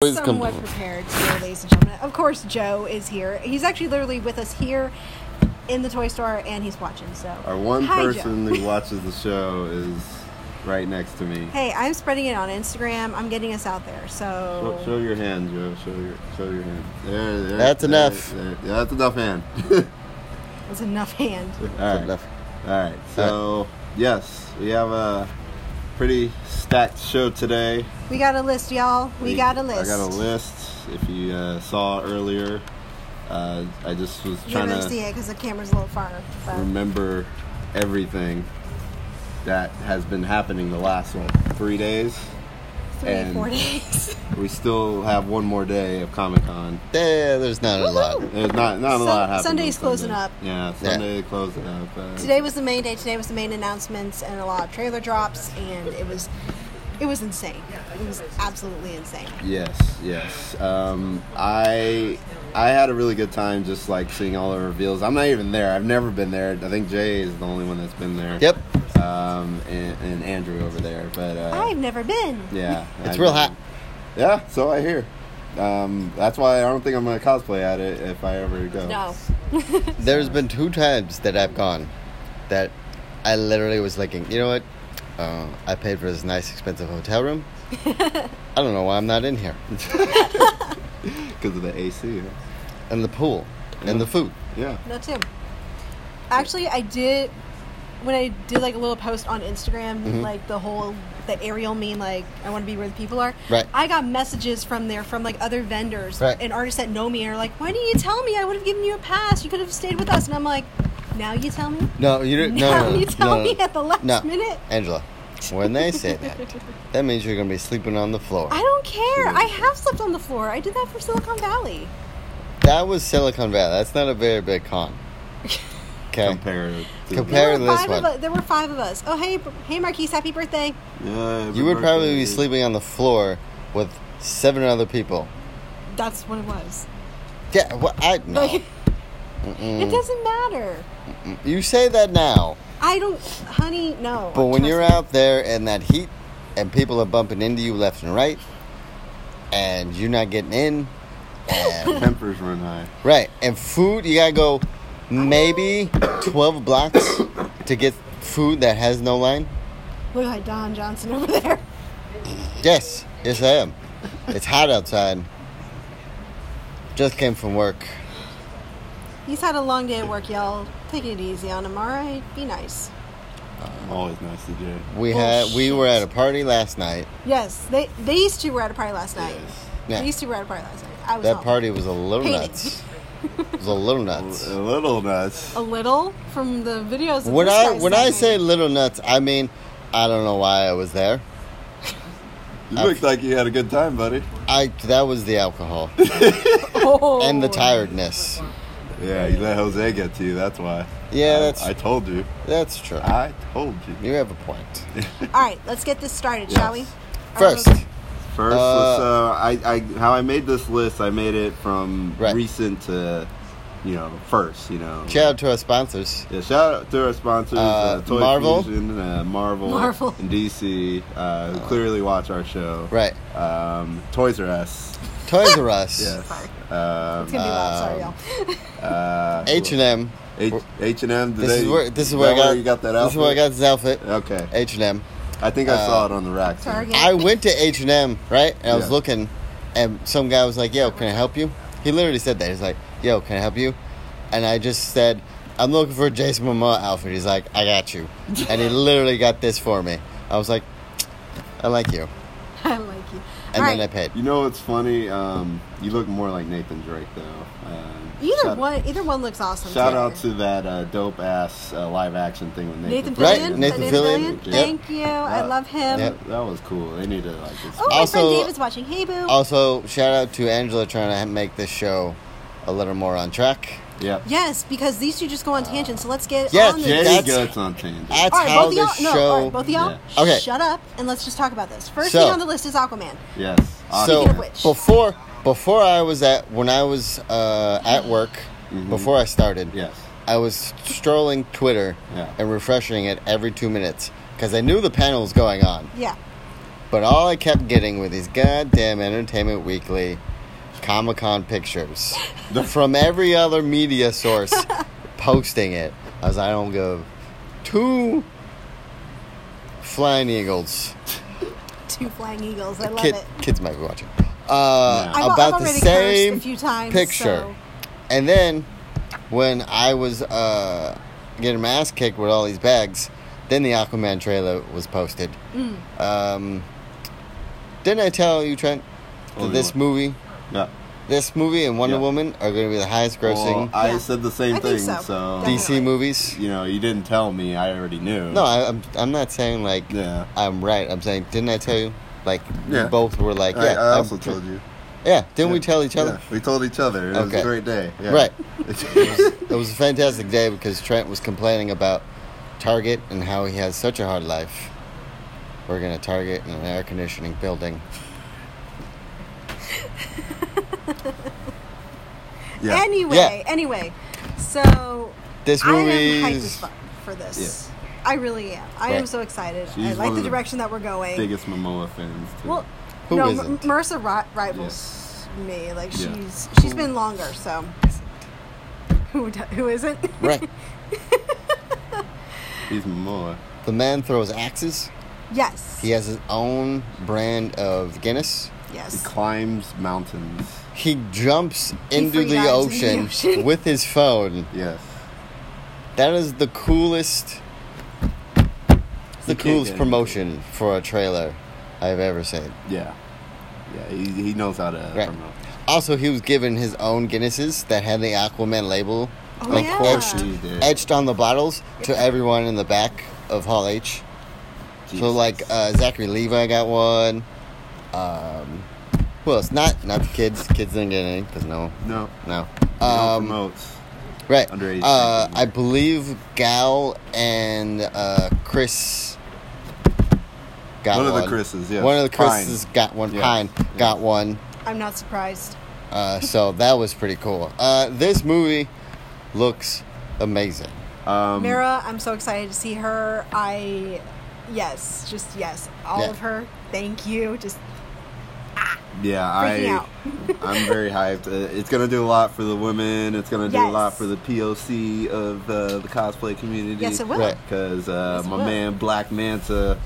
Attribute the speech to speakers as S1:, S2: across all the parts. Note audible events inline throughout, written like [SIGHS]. S1: Always come-
S2: somewhat prepared today, ladies and gentlemen. Of course, Joe is here. He's actually literally with us here in the toy store, and he's watching. So
S3: Our one
S2: Hi, Joe.
S3: person who watches the show is right next to me.
S2: Hey, I'm spreading it on Instagram. I'm getting us out there. So
S3: Show, show your hand, Joe. Show your show your hand. There, there,
S1: That's
S3: there,
S1: enough.
S3: there. Yeah, that's enough hand. [LAUGHS]
S2: it's enough hand.
S3: All right.
S1: enough.
S3: All right. So yes, we have a pretty stacked show today.
S2: We got a list, y'all. We got a list.
S3: I got a list. If you uh, saw earlier, uh, I just was
S2: You
S3: trying
S2: don't
S3: to
S2: see it because the camera's a little far. But
S3: remember everything that has been happening the last what, three days.
S2: three,
S3: and-
S2: four days. [LAUGHS]
S3: We still have one more day of Comic Con.
S1: Yeah, there's not a lot.
S3: There's not not a
S2: Sun-
S3: lot happening.
S2: Sunday's
S3: on
S2: closing up.
S3: Yeah,
S1: Yeah.
S3: Sunday closing up. Uh,
S2: Today was the main day. Today was the main announcements and a lot of trailer drops, and it was, it was insane. It was absolutely insane.
S3: Yes, yes. Um, I I had a really good time just like seeing all the reveals. I'm not even there. I've never been there. I think Jay is the only one that's been there.
S1: Yep.
S3: Um, and, and Andrew over there, but uh,
S2: I've never been.
S3: yeah,
S1: It's
S3: I-
S1: real hot.
S3: Yeah, so I hear. Um, that's why I don't think I'm gonna cosplay at it if I ever go.
S2: No.
S1: There's been two times that I've gone that I literally was thinking, you know what? Uh, I paid for this nice expensive hotel
S2: [LAUGHS]
S1: room. I don't know why I'm not in here.
S3: because of the AC. huh?
S1: And the pool. And the food.
S3: Yeah.
S2: No, too. Actually, I did when I did like a little post on Instagram,
S1: Mm-hmm.
S2: like the whole that Ariel meme, like I want to be where the people are.
S1: Right.
S2: I got messages from there from like other vendors
S1: Right.
S2: and artists that know me and are like, "Why didn't you tell me? I would have given you a pass. You could have stayed with us." And I'm like, "Now you tell me."
S1: No, you didn't. No,
S2: [LAUGHS] Now
S1: no, no,
S2: you tell
S1: no,
S2: me
S1: no.
S2: at the last
S1: No.
S2: minute.
S1: Angela, when they say
S2: [LAUGHS]
S1: that, that means you're going to be sleeping on the floor.
S2: I don't care.
S1: Mm-hmm.
S2: I have slept on the floor. I did that for Silicon Valley.
S1: That was Silicon Valley. That's not a very big
S2: [LAUGHS]
S1: con. Okay.
S3: Compared. To
S1: Compare- Better
S2: there were
S1: than this
S2: five
S1: one.
S2: Of us, there were five of us. Oh hey, hey Marquise, happy birthday!
S3: Yeah, happy
S1: You would probably be
S3: birthday.
S1: sleeping on the floor with seven other people.
S2: That's what it was.
S1: Yeah, well, I no.
S2: Like, [LAUGHS] it doesn't matter.
S1: You say that now,
S2: I don't, honey, no.
S1: but when
S2: Trust
S1: you're
S2: me.
S1: out there in that heat and people are bumping into you left and right, and you're not getting in, and,
S3: [LAUGHS] Tempers run high.
S1: right, and food, you gotta go maybe 12 blocks [COUGHS] to get food that has no line.
S2: Look like Don Johnson [LAUGHS] over there.
S1: Yes, yes, I am. It's hot outside. Just came from work.
S2: He's had a long day at work, y'all. Take it easy on him, all right? Be nice.
S3: I'm always nice to Jay.
S2: Oh,
S1: We had we
S2: Bullshit.
S1: were at a party last night.
S2: Yes, they these two were at a party last night.
S3: Yes.
S1: Yeah.
S2: These two were at a party last night. I was
S1: That
S2: home.
S1: party was a little
S2: Hate it. [LAUGHS]
S1: nuts. It was a little nuts.
S3: A little nuts.
S2: A little from the videos. Of
S1: When
S2: this
S1: I
S2: guy's
S1: when I
S2: night.
S1: say little nuts, I mean I don't know why I was there.
S3: You looked like you had a good time, buddy.
S1: I that was the alcohol
S2: [LAUGHS] oh.
S1: and the tiredness.
S3: Yeah, you let Jose get to you. That's why.
S1: Yeah,
S3: I-
S1: that's
S3: I told you.
S1: that's true.
S3: I told you.
S1: You have a point.
S2: All right, let's get this started,
S3: Yes.
S2: shall we?
S1: First,
S2: Um,
S3: First, let's, uh, I, I, how I made this list, I made it from
S1: Right.
S3: recent to, you know, first. You know.
S1: shout out to our sponsors.
S3: Yeah, shout out to our sponsors, uh,
S1: Uh,
S3: Toy
S1: Marvel.
S3: Fusion, uh, Marvel,
S2: Marvel.
S3: and DC, uh, who clearly watch our show.
S1: Right,
S3: Um, Toys R Us.
S1: Toys R Us,
S3: Yes.
S2: Sorry.
S3: Um,
S2: it's gonna be
S1: um,
S2: loud. Sorry, y'all.
S3: uh,
S1: H and M.
S3: H and M.
S1: This is where this is where I got
S3: you got that
S1: This is where I got
S3: outfit?
S1: this outfit.
S3: Okay,
S1: H and M.
S3: I think I
S1: uh,
S3: saw it on the rack. too.
S2: Target.
S1: I went to H and M, right? And I was
S3: Yeah.
S1: looking, and some guy was like, "Yo, can I help you?" He literally said that. He's like, "Yo, can I help you?" And I just said, "I'm looking for a Jason Momoa outfit." He's like, "I got you," and
S2: [LAUGHS]
S1: he literally got this for me. I was like, "I like you,"
S2: [LAUGHS] I like you.
S1: and
S2: All
S1: then
S2: right.
S1: I paid.
S3: You know what's funny? Um, you look more like Nathan Drake though. Um,
S2: Either
S3: shout-
S2: one, either one looks awesome.
S3: Shout
S2: together.
S3: out to that uh, dope ass uh, live action thing with
S2: Nathan
S3: Nathan. Drake.
S1: Right,
S2: Fillion.
S1: Nathan Fillion, yep.
S2: Thank you. I
S3: Uh,
S2: love him.
S1: yep.
S3: That was cool. They need to like. Just,
S2: Oh, my friend
S1: Also-
S2: David's watching. Hey, boo.
S1: Also, shout out to Angela trying to make this show a little more on track.
S3: Yep.
S2: yes, because these two just go on tangents. So let's get
S1: yes,
S2: on the.
S3: Jay
S1: That's-
S3: Guts on tangent.
S1: That's
S2: all right,
S1: how
S2: both of y'all.
S1: this
S2: no, all
S1: show.
S2: right, both of y'all.
S3: Yeah.
S1: Okay.
S2: Shut up and let's just talk about this. First
S1: So-
S2: thing on the list is Aquaman.
S3: yes.
S2: Speaking
S1: so
S3: Awesome.
S2: of which.
S1: before before I was at when I was uh, at work
S2: Mm-hmm.
S1: before I started,
S3: yes.
S1: I was strolling Twitter
S3: Yeah.
S1: and refreshing it every two minutes because I knew the panel was going on.
S2: Yeah. [LAUGHS]
S1: But all I kept getting were these goddamn Entertainment Weekly Comic Con pictures from every other media source posting it. I was like, I don't give two flying eagles.
S2: Two flying eagles. I love
S1: Kid,
S2: it.
S1: kids might be watching. Uh,
S2: I've- I've
S1: about the
S2: already cursed
S1: same
S2: a few times,
S1: picture.
S2: so-
S1: And then when I was uh, getting my ass kicked with all these bags, then the Aquaman trailer was posted.
S2: Mm.
S1: Um, didn't I tell you, Trent, that
S3: Only
S1: this
S3: one.
S1: movie,
S3: Yeah.
S1: this movie and Wonder
S3: Yeah.
S1: Woman are going to be the highest
S3: Well,
S1: grossing
S3: I
S2: Yeah.
S3: said the same
S2: I
S3: thing,
S2: think so.
S3: so
S2: Definitely.
S1: DC movies?
S3: you know, you didn't tell me. I already knew.
S1: No, I, I'm, I'm not saying like
S3: yeah.
S1: I'm right. I'm saying, didn't I tell you? Like,
S3: Yeah.
S1: we both were like, yeah.
S3: I, I
S1: I'm-
S3: also told you.
S1: Yeah, didn't we
S3: Yeah.
S1: tell each other?
S3: Yeah, we told each other. It was
S1: Okay.
S3: a great day. Yeah. [LAUGHS]
S1: Right. It was a fantastic day because Trent was complaining about Target and how he has such a hard life. We're gonna Target in an air conditioning building.
S3: yeah.
S2: Anyway, anyway, so
S1: This
S2: I
S1: movie
S2: am hyped as fuck for this. I really am. I am
S1: Right.
S2: so excited.
S3: She's
S2: I
S3: one
S2: like
S3: of
S2: the
S3: the
S2: direction that we're going.
S3: Biggest Momoa fans. Too.
S2: Well,
S1: Who
S2: no, M-
S1: isn't?
S2: Marissa ri- rivals me. Like
S3: Yeah.
S2: she's she's been longer, so who do- who isn't?
S1: [LAUGHS] right.
S3: he's Momoa.
S1: The man throws axes.
S2: [LAUGHS] yes.
S1: He has his own brand of Guinness.
S3: He
S2: Yes.
S3: climbs mountanes.
S1: He jumps
S2: He
S1: into
S2: free
S1: the
S2: dives into the
S1: ocean, [LAUGHS]
S2: ocean.
S1: with his phone.
S3: Yes.
S1: That is the coolest, the
S3: can't
S1: coolest
S3: get it.
S1: promotion for a trailer I've ever seen.
S3: Yeah. Yeah. He, he knows how to
S1: Right.
S3: promote.
S1: Also, he was given his own Guinnesses that had the Aquaman label
S2: Oh,
S1: like
S2: yeah.
S1: etched,
S3: He did.
S1: etched on the bottles to everyone in the back of Hall H. So
S3: Jesus.
S1: like uh, Zachary Levi got one. Um, who else? Not not the kids. Kids didn't get any because no,
S3: no.
S1: no.
S3: Um,
S1: Um,
S3: promotes.
S1: right.
S3: underage
S1: Uh,
S3: drinking.
S1: I believe Gal and uh, Chris got
S3: One
S1: one.
S3: of the Chris's, yes.
S1: One of the
S3: Pine.
S1: Chris's got one.
S3: Yes,
S1: Pine got one.
S2: I'm not surprised.
S1: Uh, so that was pretty cool. Uh, this movie looks amazing.
S3: Um,
S2: Mira, I'm so excited to see her. I yes, just yes, all
S1: Yeah.
S2: of her. Thank you. Just
S3: Yeah,
S2: Freaking
S3: I,
S2: out. [LAUGHS]
S3: I'm very hyped. Uh, It's gonna do a lot for the women. It's gonna do a lot
S2: Yes.
S3: for the POC of uh, the cosplay community.
S2: Yes, it will.
S1: Right.
S3: Because uh,
S2: Yes, it
S3: my
S2: will.
S3: man Black Manta,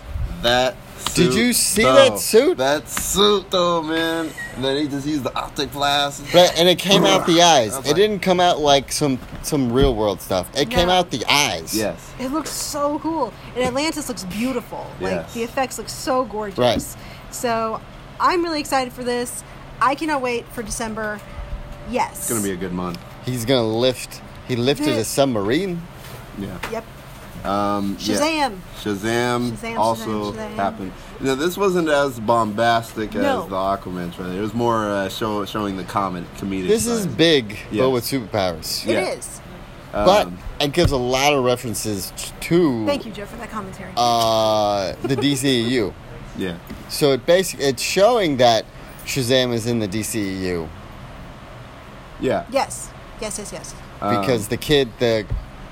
S3: that.
S1: Did
S3: suit,
S1: you see
S3: though.
S1: that suit?
S3: That suit, though, man. And then he just used the optic blast.
S1: Right, and it came out the eyes.
S3: That's
S1: It
S3: right.
S1: didn't come out like some some real world stuff. It came
S2: No.
S1: out the eyes.
S3: Yes.
S2: It looks so cool. And Atlantis looks beautiful. Like
S3: Yes.
S2: the effects look so gorgeous.
S1: Right.
S2: So I'm really excited for this. I cannot wait for December. Yes.
S3: It's gonna be a good month.
S1: He's gonna lift. He lifted
S2: The-
S1: a submarine.
S3: Yeah.
S2: Yep.
S3: Um, yeah.
S2: Shazam.
S3: Shazam,
S2: Shazam,
S3: also
S2: Shazam, Shazam.
S3: happened. Now this wasn't as bombastic as
S2: No.
S3: the Aquaman trailer. It was more uh, show, showing the comic comedic.
S1: This is
S3: side.
S1: big, but
S3: Yes.
S1: with superpowers.
S3: Yeah.
S2: It is.
S1: But
S3: Um,
S1: it gives a lot of references t- to
S2: Thank you, Joe, for that commentary.
S1: Uh, the DCEU.
S3: yeah,
S1: so it basically it's showing that Shazam is in the E DCEU
S3: yeah,
S2: yes. Yes, yes, yes.
S3: Um,
S1: because the kid the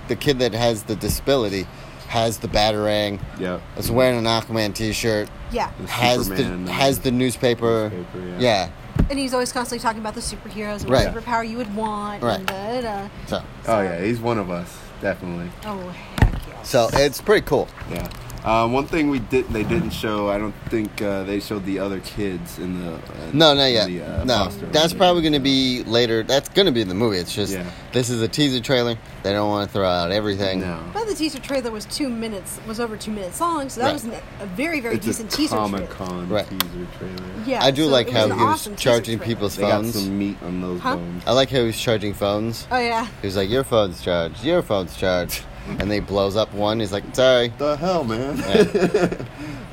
S1: the kid that has the disability has the batarang.
S3: yeah.
S1: Is wearing an Aquaman T-shirt.
S2: Yeah.
S3: The
S1: has
S3: Mm-hmm. Superman,
S1: the
S3: uh,
S1: has the newspaper.
S3: newspaper,
S1: yeah.
S3: yeah.
S2: And he's always constantly talking about the superheroes and
S1: Right.
S2: what superpower you would want.
S1: Right.
S2: And da, da.
S1: So
S3: Oh yeah, he's one of us definitely.
S2: Oh, heck yeah.
S1: so it's pretty cool.
S3: Yeah. Uh, one thing we did they didn't show. I don't think uh, they showed the other kids in the. Uh,
S1: No, not
S3: in
S1: yet.
S3: the, uh,
S1: no,
S3: foster
S1: that's
S3: home.
S1: probably going to be later. That's going to be in the movie. It's just
S3: Yeah.
S1: this is a teaser trailer. They don't want to throw out everything.
S3: No.
S2: But the teaser trailer was two minutes, was over two minutes long, so that
S1: Right.
S2: was an, a very, very
S3: It's
S2: decent
S3: a
S2: teaser
S3: Comic
S2: trailer.
S3: Con
S1: Right.
S3: teaser trailer.
S2: Yeah,
S1: I do
S2: so
S1: like
S2: it
S1: how
S2: an
S1: he was
S2: awesome teaser
S1: charging
S2: trailer.
S1: people's
S3: They got
S1: phones.
S3: some meat on those
S2: Huh?
S3: bones.
S1: I like how he's charging phones.
S2: Oh yeah.
S1: He was like, "Your phone's charged. Your phone's
S3: [LAUGHS]
S1: charged," and they blows up one. He's like, "Sorry."
S3: the hell, man? [LAUGHS] That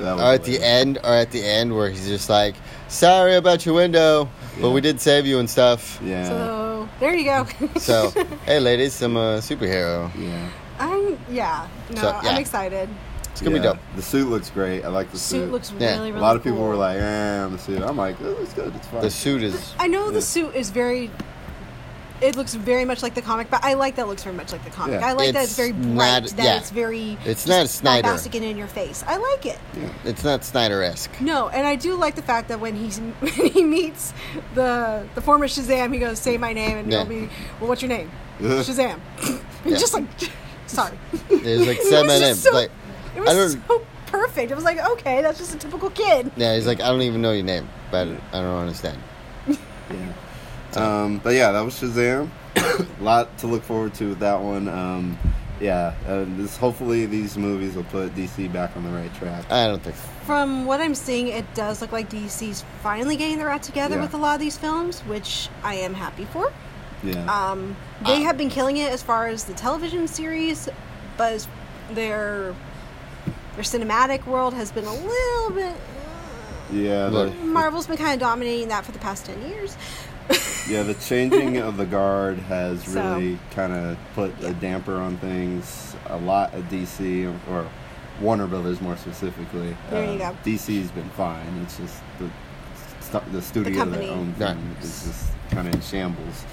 S3: was
S1: Or at the
S3: hilarious.
S1: end, or at the end where he's just like, "Sorry about your window, but
S3: Yeah.
S1: we did save you and stuff."
S3: Yeah.
S2: So there you go.
S1: So, hey, ladies, I'm a superhero.
S3: yeah.
S2: [LAUGHS] I'm yeah. No,
S1: So, yeah.
S2: I'm excited.
S1: It's gonna be
S3: Yeah.
S1: dope.
S3: The suit looks great. I like the
S2: The
S3: suit.
S2: suit looks
S1: Yeah.
S2: really,
S1: A
S2: really.
S3: a lot of people
S2: cool.
S3: were like, eh, the suit. I'm like, it looks good. It's fine.
S1: The suit is
S2: I know the
S3: Yeah.
S2: suit is very It looks very much like the comic, but I like that it looks very much like the comic.
S3: Yeah.
S2: I like that
S1: It's
S2: it's very bright,
S1: not-
S2: that
S1: yeah.
S2: it's very
S1: It's not
S2: just
S1: Snyder.
S2: bombastic and in your face. I like it.
S1: It's not Snyder esque.
S2: No, and I do like the fact that when he's when he [LAUGHS] meets the the former Shazam, he goes, "Say my name," and
S1: Yeah.
S2: he'll be, "Well, what's your name?" Shazam. [LAUGHS]
S1: Yeah.
S2: Just like, [LAUGHS] sorry.
S1: It's
S2: [LAUGHS]
S1: like
S2: It
S1: Sam
S2: was
S1: and him.
S2: just so-
S1: like,
S2: It
S1: I
S2: was
S1: don't-
S2: so perfect. It was like, okay, that's just a typical kid.
S1: yeah, he's like, I don't even know your name, but I don't understand.
S3: Yeah. Um, but yeah, that was Shazam. [COUGHS] A lot to look forward to with that one. Um, yeah, uh, this hopefully these movies will put DC back on the right track.
S1: I don't think.
S2: From what I'm seeing, it does look like DC's finally getting their act together
S3: Yeah.
S2: with a lot of these films, which I am happy for.
S3: Yeah,
S2: Um, they
S1: Ah.
S2: have been killing it as far as the television series, but as their their cinematic world has been a little bit. uh,
S3: yeah, the,
S1: Look.
S2: Marvel's been kind of dominating that for the past ten years. [LAUGHS]
S3: yeah. The changing of the guard has
S2: So.
S3: really kind of put a damper on things. A lot of DC or Warner Brothers, more specifically.
S2: There you go.
S3: DC's been fine. It's just the st- the studio that
S2: company.
S3: owns
S1: Right.
S3: them is just kind of in shambles.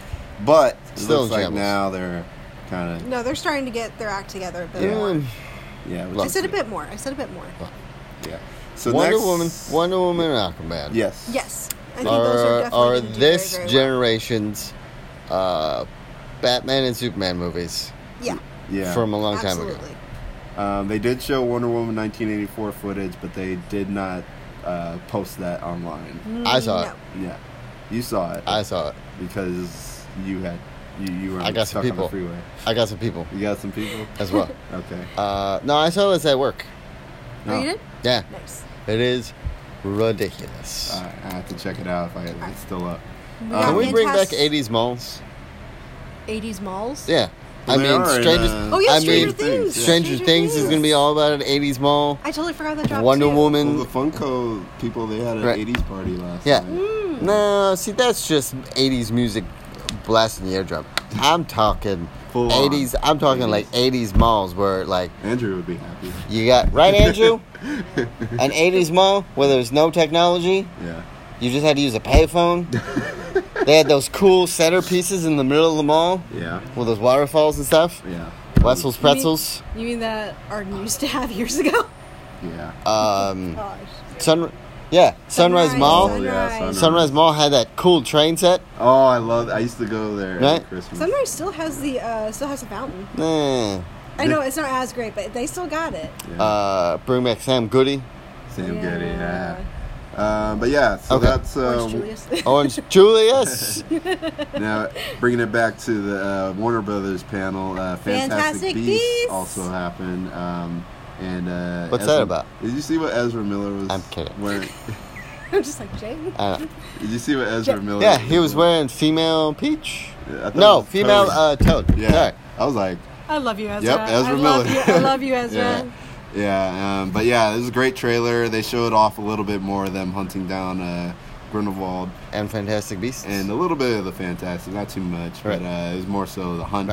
S3: But it
S1: Still
S3: looks
S1: in
S3: like
S1: shambles.
S3: now they're kind of
S2: No, they're starting to get their act together a bit
S3: Yeah.
S2: more.
S3: Yeah,
S1: Look.
S2: I said a bit more. I said a bit more.
S3: Yeah. So
S1: Wonder
S3: next-
S1: Woman, Wonder Woman, and Aquaman.
S3: Yes.
S2: Yes, I think those are
S1: are,
S2: definitely
S1: are
S2: gonna do
S1: this
S2: very, very well.
S1: generation's uh, Batman and Superman movies
S2: Yeah,
S3: Yeah.
S1: from a long time
S2: absolutely.
S1: ago.
S3: um, they did show Wonder Woman 1984 footage, but they did not uh, post that online.
S1: I saw it.
S2: No.
S3: Yeah. You saw it.
S1: I saw it.
S3: because you had you, you were
S1: I got some
S3: stuck
S1: people.
S3: on the freeway.
S1: I got some people
S3: You got some people.
S1: as well.
S3: Okay.
S1: uh, no, I saw this at work.
S2: Oh, you did?
S1: Yeah,
S2: Nice.
S1: it is ridiculous.
S3: All right, I have to check it out if, I, if it's still up.
S2: We
S3: Uh, Um,
S2: got
S1: Can we bring back
S2: fantastic-
S1: 80s malls?
S2: 80s malls?
S1: Yeah. I
S3: They
S1: mean,
S3: are in,
S1: Strangers,
S3: uh,
S2: Oh, yeah,
S1: I
S2: Stranger
S1: mean,
S2: Things.
S1: Stranger
S2: Stranger
S1: Things is
S2: Things.
S1: going to be all about an 80s mall.
S2: I totally forgot that dropped
S1: Wonder
S2: too.
S1: Woman.
S3: Well, the Funko people they had an
S1: Right.
S3: 80s party last
S1: Yeah.
S3: night.
S2: Hmm.
S1: No, see, that's just 80s music blasting the eardrum. I'm talking
S3: Full on
S1: 80s. I'm talking like 80s malls where, like,
S3: Andrew would be happy.
S1: you got, right,
S3: [LAUGHS]
S1: Andrew? An 80s mall where there's no technology.
S3: Yeah.
S1: You just had to use a
S3: [LAUGHS]
S1: payphone. they had those cool centerpieces in the middle of the mall
S3: Yeah.
S1: with those waterfalls and stuff.
S3: Yeah.
S1: Wetzel's
S2: You mean-
S1: Pretzels.
S2: You mean that Arden [LAUGHS] used to have years ago?
S3: Yeah.
S1: Um,
S2: [LAUGHS] Gosh.
S1: sun, yeah, Sunrise, Mall.
S3: Mall, Oh, yeah,
S2: Sunrise.
S3: Sunrise.
S1: Sunrise Mall had that cool train set.
S3: Oh, I love. I used to go there
S1: Right?
S3: at Christmas.
S2: Sunrise still has the uh, still has a fountain.
S1: Eh,
S2: I know it's not as great, but they still got it.
S3: Yeah.
S1: uh, bring back Sam Goody.
S3: Sam
S2: Yeah.
S3: Goody, yeah. Uh, but yeah, so
S1: Okay.
S3: that's
S2: Orange
S3: uh,
S2: Julius. [LAUGHS]
S1: Orange Julius.
S3: now bringing it back to the uh, Warner Brothers panel. Uh, Fantastic,
S2: Fantastic
S3: Beasts,
S2: Beasts.
S3: also happened. Um, and uh,
S1: What's
S3: Ezra-
S1: that about?
S3: Did you see what Ezra Miller was?
S1: I'm kidding.
S3: Wearing? [LAUGHS]
S2: I'm just like Jane.
S1: I don't know.
S3: Did you see what Ezra
S2: Yeah.
S3: Miller?
S1: Uh, Yeah, he was wearing female peach.
S3: I thought it
S1: No,
S3: was
S1: female
S3: Toad.
S1: uh, toad.
S3: yeah,
S1: Sorry.
S3: I was like,
S2: I love you, Ezra.
S3: Yep,
S2: I
S3: Ezra
S2: love
S1: [LAUGHS]
S3: Miller.
S2: you. I love you, Ezra.
S3: Yeah. Yeah, um, but yeah, it was a great trailer. They showed off a little bit more of them hunting down uh, Grindelwald.
S1: And Fantastic Beasts.
S3: and a little bit of the fantastic, not too much, but uh, it was more so the hunt.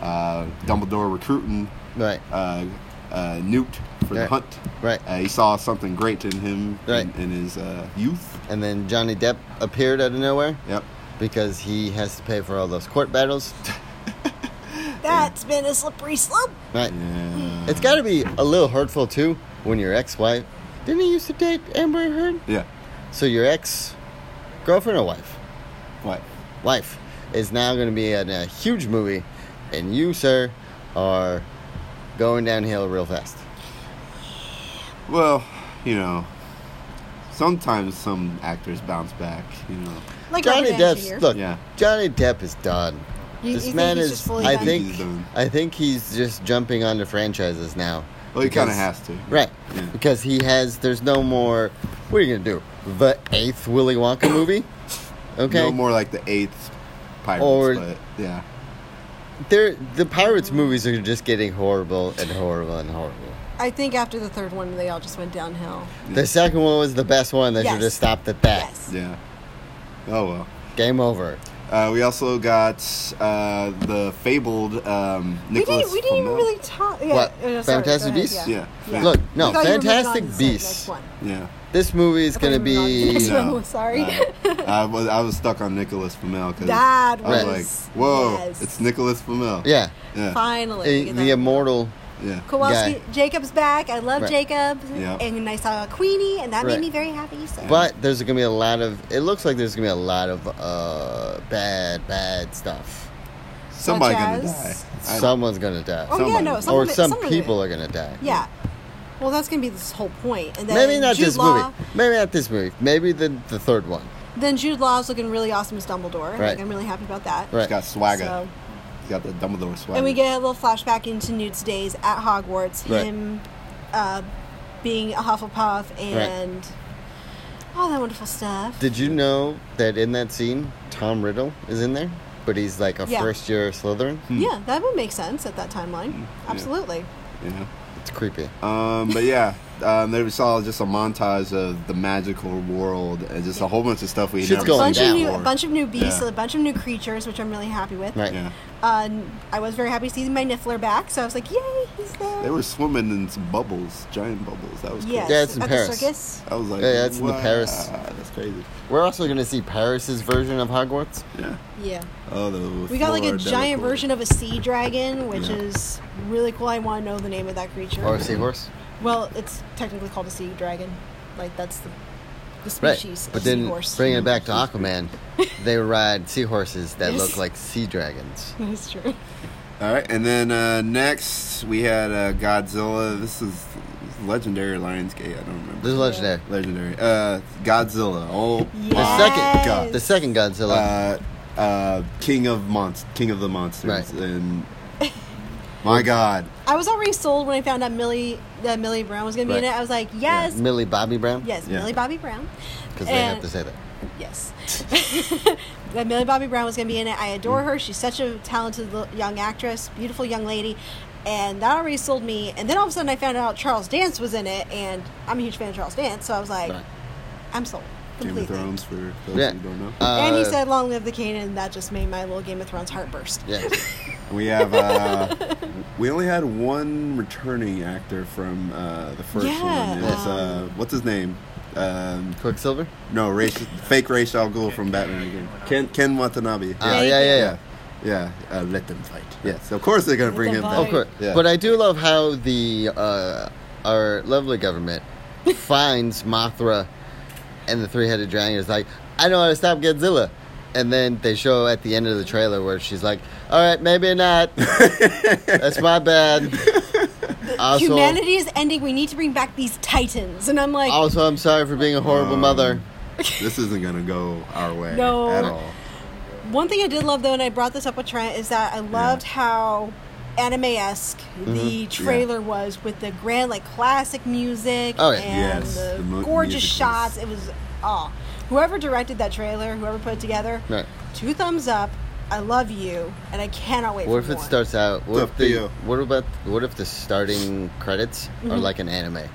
S1: Right.
S3: Uh, Dumbledore recruiting
S1: right,
S3: uh, uh, Newt for the
S1: Right.
S3: hunt.
S1: right.
S3: Uh, he saw something great in him
S1: Right.
S3: in, in his uh, youth.
S1: And then Johnny Depp appeared out of nowhere
S3: Yep.
S1: because he has to pay for all those court
S3: [LAUGHS]
S1: battles.
S2: That's been a slippery slope.
S1: Right.
S3: Yeah.
S1: It's got to be a little hurtful too when your ex-wife didn't he used to date Amber Heard?
S3: yeah.
S1: So your ex girlfriend or wife,
S3: What?
S1: wife is now going to be in a huge movie, and you sir are going downhill real fast.
S3: Well, you know, sometimes some actors bounce back. You know.
S2: Like
S1: Johnny
S2: Robert Downey Jr.
S1: Depp, look,
S3: Yeah.
S1: Johnny Depp is done.
S2: You-
S1: this
S2: you think
S1: man
S2: he's
S1: is.
S2: just fully
S1: I
S2: done?
S1: think.
S3: He's done.
S1: I think he's just jumping onto franchises now.
S3: Well, he kind of
S1: because-
S3: has to.
S1: Right.
S3: Yeah.
S1: Because he has, there's no more, what are you going to do? The eighth Willy Wonka movie? Okay.
S3: No more like the eighth pirates,
S1: Or-
S3: but yeah.
S1: They're, the Pirates movies are just getting horrible and horrible and horrible.
S2: I think after the third one, they all just went downhill.
S1: The second one was the best one. They should
S2: Yes.
S1: have stopped at that.
S2: Yes.
S3: Yeah. Oh well.
S1: Game over.
S3: Uh, we also got uh, the fabled um,
S2: We
S3: Nicholas.
S2: didn't, we didn't even
S3: Flamel.
S2: really talk. Yeah,
S1: What?
S2: uh, sorry, go
S1: Fantastic
S2: ahead,
S1: Beasts?
S2: Yeah.
S3: Yeah.
S2: Yeah.
S1: Look,
S2: I
S1: no,
S2: thought you were moving on to
S1: Fantastic
S2: the next
S1: Beasts.
S2: one.
S3: Yeah.
S1: This movie is gonna be.
S3: No.
S2: sorry.
S3: Uh, I was I was stuck on Nicholas Flamel because I
S2: [LAUGHS] That
S3: was
S2: was-
S3: like, whoa,
S2: yes.
S3: it's Nicholas Flamel.
S2: [LAUGHS]
S1: Yeah,
S3: yeah,
S2: Finally.
S1: the,
S2: you
S1: the
S2: know.
S1: immortal.
S3: yeah.
S2: Kowalski,
S1: guy.
S2: Jacob's back. I love
S1: Right.
S2: Jacob.
S3: Yeah.
S2: And I saw Queenie, and that
S1: Right.
S2: made me very happy. So.
S1: But there's gonna be a lot of. It looks like there's gonna be a lot of uh, bad, bad stuff.
S3: Somebody gonna die.
S2: as-
S3: I-
S1: Someone's gonna die,
S2: oh yeah,
S3: Somebody.
S2: no. Some
S1: or
S2: of it,
S1: some
S2: of it-
S1: people are gonna die.
S2: Yeah. Well, that's gonna be this whole point, and then
S1: Maybe not
S2: Jude
S1: this
S2: Law,
S1: movie. Maybe not this movie. Maybe the the third one.
S2: Then Jude Law's looking really awesome as Dumbledore.
S1: Right.
S2: Like, I'm really happy about that.
S1: Right.
S3: he's got swagger.
S2: So-
S3: He's got the Dumbledore swagger.
S2: And we get a little flashback into Newt's days at Hogwarts.
S1: Right.
S2: Him uh, being a Hufflepuff and all that wonderful stuff.
S1: Did you know that in that scene, Tom Riddle is in there, but he's like a
S2: Yeah.
S1: first year Slytherin.
S2: yeah, that would make sense at that timeline. Absolutely.
S3: you know?
S1: It's creepy.
S3: Um, but yeah, [LAUGHS] um, there we saw just a montage of the magical world and just a whole bunch of stuff we
S1: Shit's
S3: never
S2: A
S1: going
S2: bunch,
S3: seen
S1: down.
S2: of new,
S3: before.
S2: a bunch of new beasts,
S3: Yeah.
S2: a bunch of new creatures, which I'm really happy with.
S1: Right.
S3: Yeah,
S2: Uh, I was very happy to see my Niffler back, so I was like, yay, he's there.
S3: they were swimming in some bubbles, giant bubbles. That was cool.
S2: yes,
S1: Yeah, it's in
S2: at the
S1: Paris.
S2: circus.
S3: I was like,
S1: Yeah, that's in the
S3: "Wow,
S1: Paris."
S3: That's crazy.
S1: We're also gonna see Paris's version of Hogwarts.
S3: Yeah.
S2: Yeah.
S3: Oh, the
S2: We got like a
S3: Flora
S2: giant
S3: Delacour.
S2: version of a sea dragon, which
S3: Yeah.
S2: is really cool. I want to know the name of that creature.
S1: Or a seahorse.
S2: Well, it's technically called a sea dragon. Like that's the, the
S1: Right.
S2: species.
S1: But
S2: of
S1: then
S2: seahorse.
S1: bringing it back to Aquaman, they ride seahorses that look like sea dragons.
S2: [LAUGHS] That's true.
S3: All right, and then uh, next we had uh, Godzilla. This is legendary Lionsgate. I don't remember.
S1: This is legendary.
S3: legendary. Uh, Godzilla. Oh,
S2: Yes.
S1: The
S3: my
S1: second
S3: God.
S1: the second Godzilla.
S3: Uh, uh, King of monst, King of the monsters,
S1: Right.
S3: and my God,
S2: I was already sold when I found out Millie that Millie Brown was gonna be in
S1: Right.
S2: it. I was like, yes,
S1: Millie Bobby Brown.
S2: yes,
S3: Yeah.
S2: Millie Bobby Brown.
S1: Because they have
S2: And-
S1: to say that.
S2: Yes. [LAUGHS] that Millie Bobby Brown was going to be in it. I adore her. She's such a talented l- young actress, beautiful young lady. And that already sold me. And then all of a sudden I found out Charles Dance was in it. And I'm a huge fan of Charles Dance. So I was like,
S1: Right.
S2: I'm sold.
S3: Game of
S2: Completely.
S3: Thrones for those
S1: Yeah.
S3: who don't know.
S2: and he
S1: Uh,
S2: said, Long live the king. And that just made my little Game of Thrones heart burst.
S1: Yeah.
S3: We have uh, we only had one returning actor from uh, the first
S2: Yeah,
S3: one. It was, uh,
S2: um,
S3: what's his name? Um,
S1: Quicksilver?
S3: no, Ra's, fake Ra's al Ghul from Batman again. Ken Ken
S1: Oh,
S3: Watanabe.
S2: Thank
S1: yeah, yeah,
S2: you.
S1: yeah.
S3: yeah. Uh, let them fight. Yes, of course they're gonna
S2: Let
S3: bring
S2: them
S3: him back.
S2: fight.
S1: Of Oh, course.
S3: Yeah.
S1: But I do love how the uh, our lovely
S2: [LAUGHS]
S1: government finds Mothra and the three headed dragon. It's like, I know how to stop Godzilla. And then they show at the end of the trailer where she's like, All right, maybe
S3: [LAUGHS]
S1: not. That's my bad. Also,
S2: Humanity is ending. We need to bring back these titans. And I'm like,
S1: also, I'm sorry for being a horrible
S3: Um,
S1: mother.
S3: This isn't gonna go our way
S2: No.
S3: at all.
S2: One thing I did love though, and I brought this up with Trent, is that I loved how anime esque
S1: Mm-hmm.
S2: the trailer was with the grand, like classic music
S1: Oh, yeah.
S2: and
S3: Yes,
S2: the,
S3: the mo-
S2: gorgeous
S3: music
S2: shots.
S3: was-
S2: It was ah, whoever directed that trailer, whoever put it together,
S1: Right.
S2: two thumbs up. I love you, and I cannot wait.
S1: What
S2: for
S1: if it
S2: more.
S1: starts out? What
S3: Up
S1: if
S3: to
S1: the
S3: you.
S1: what about what if the starting credits are like an anime,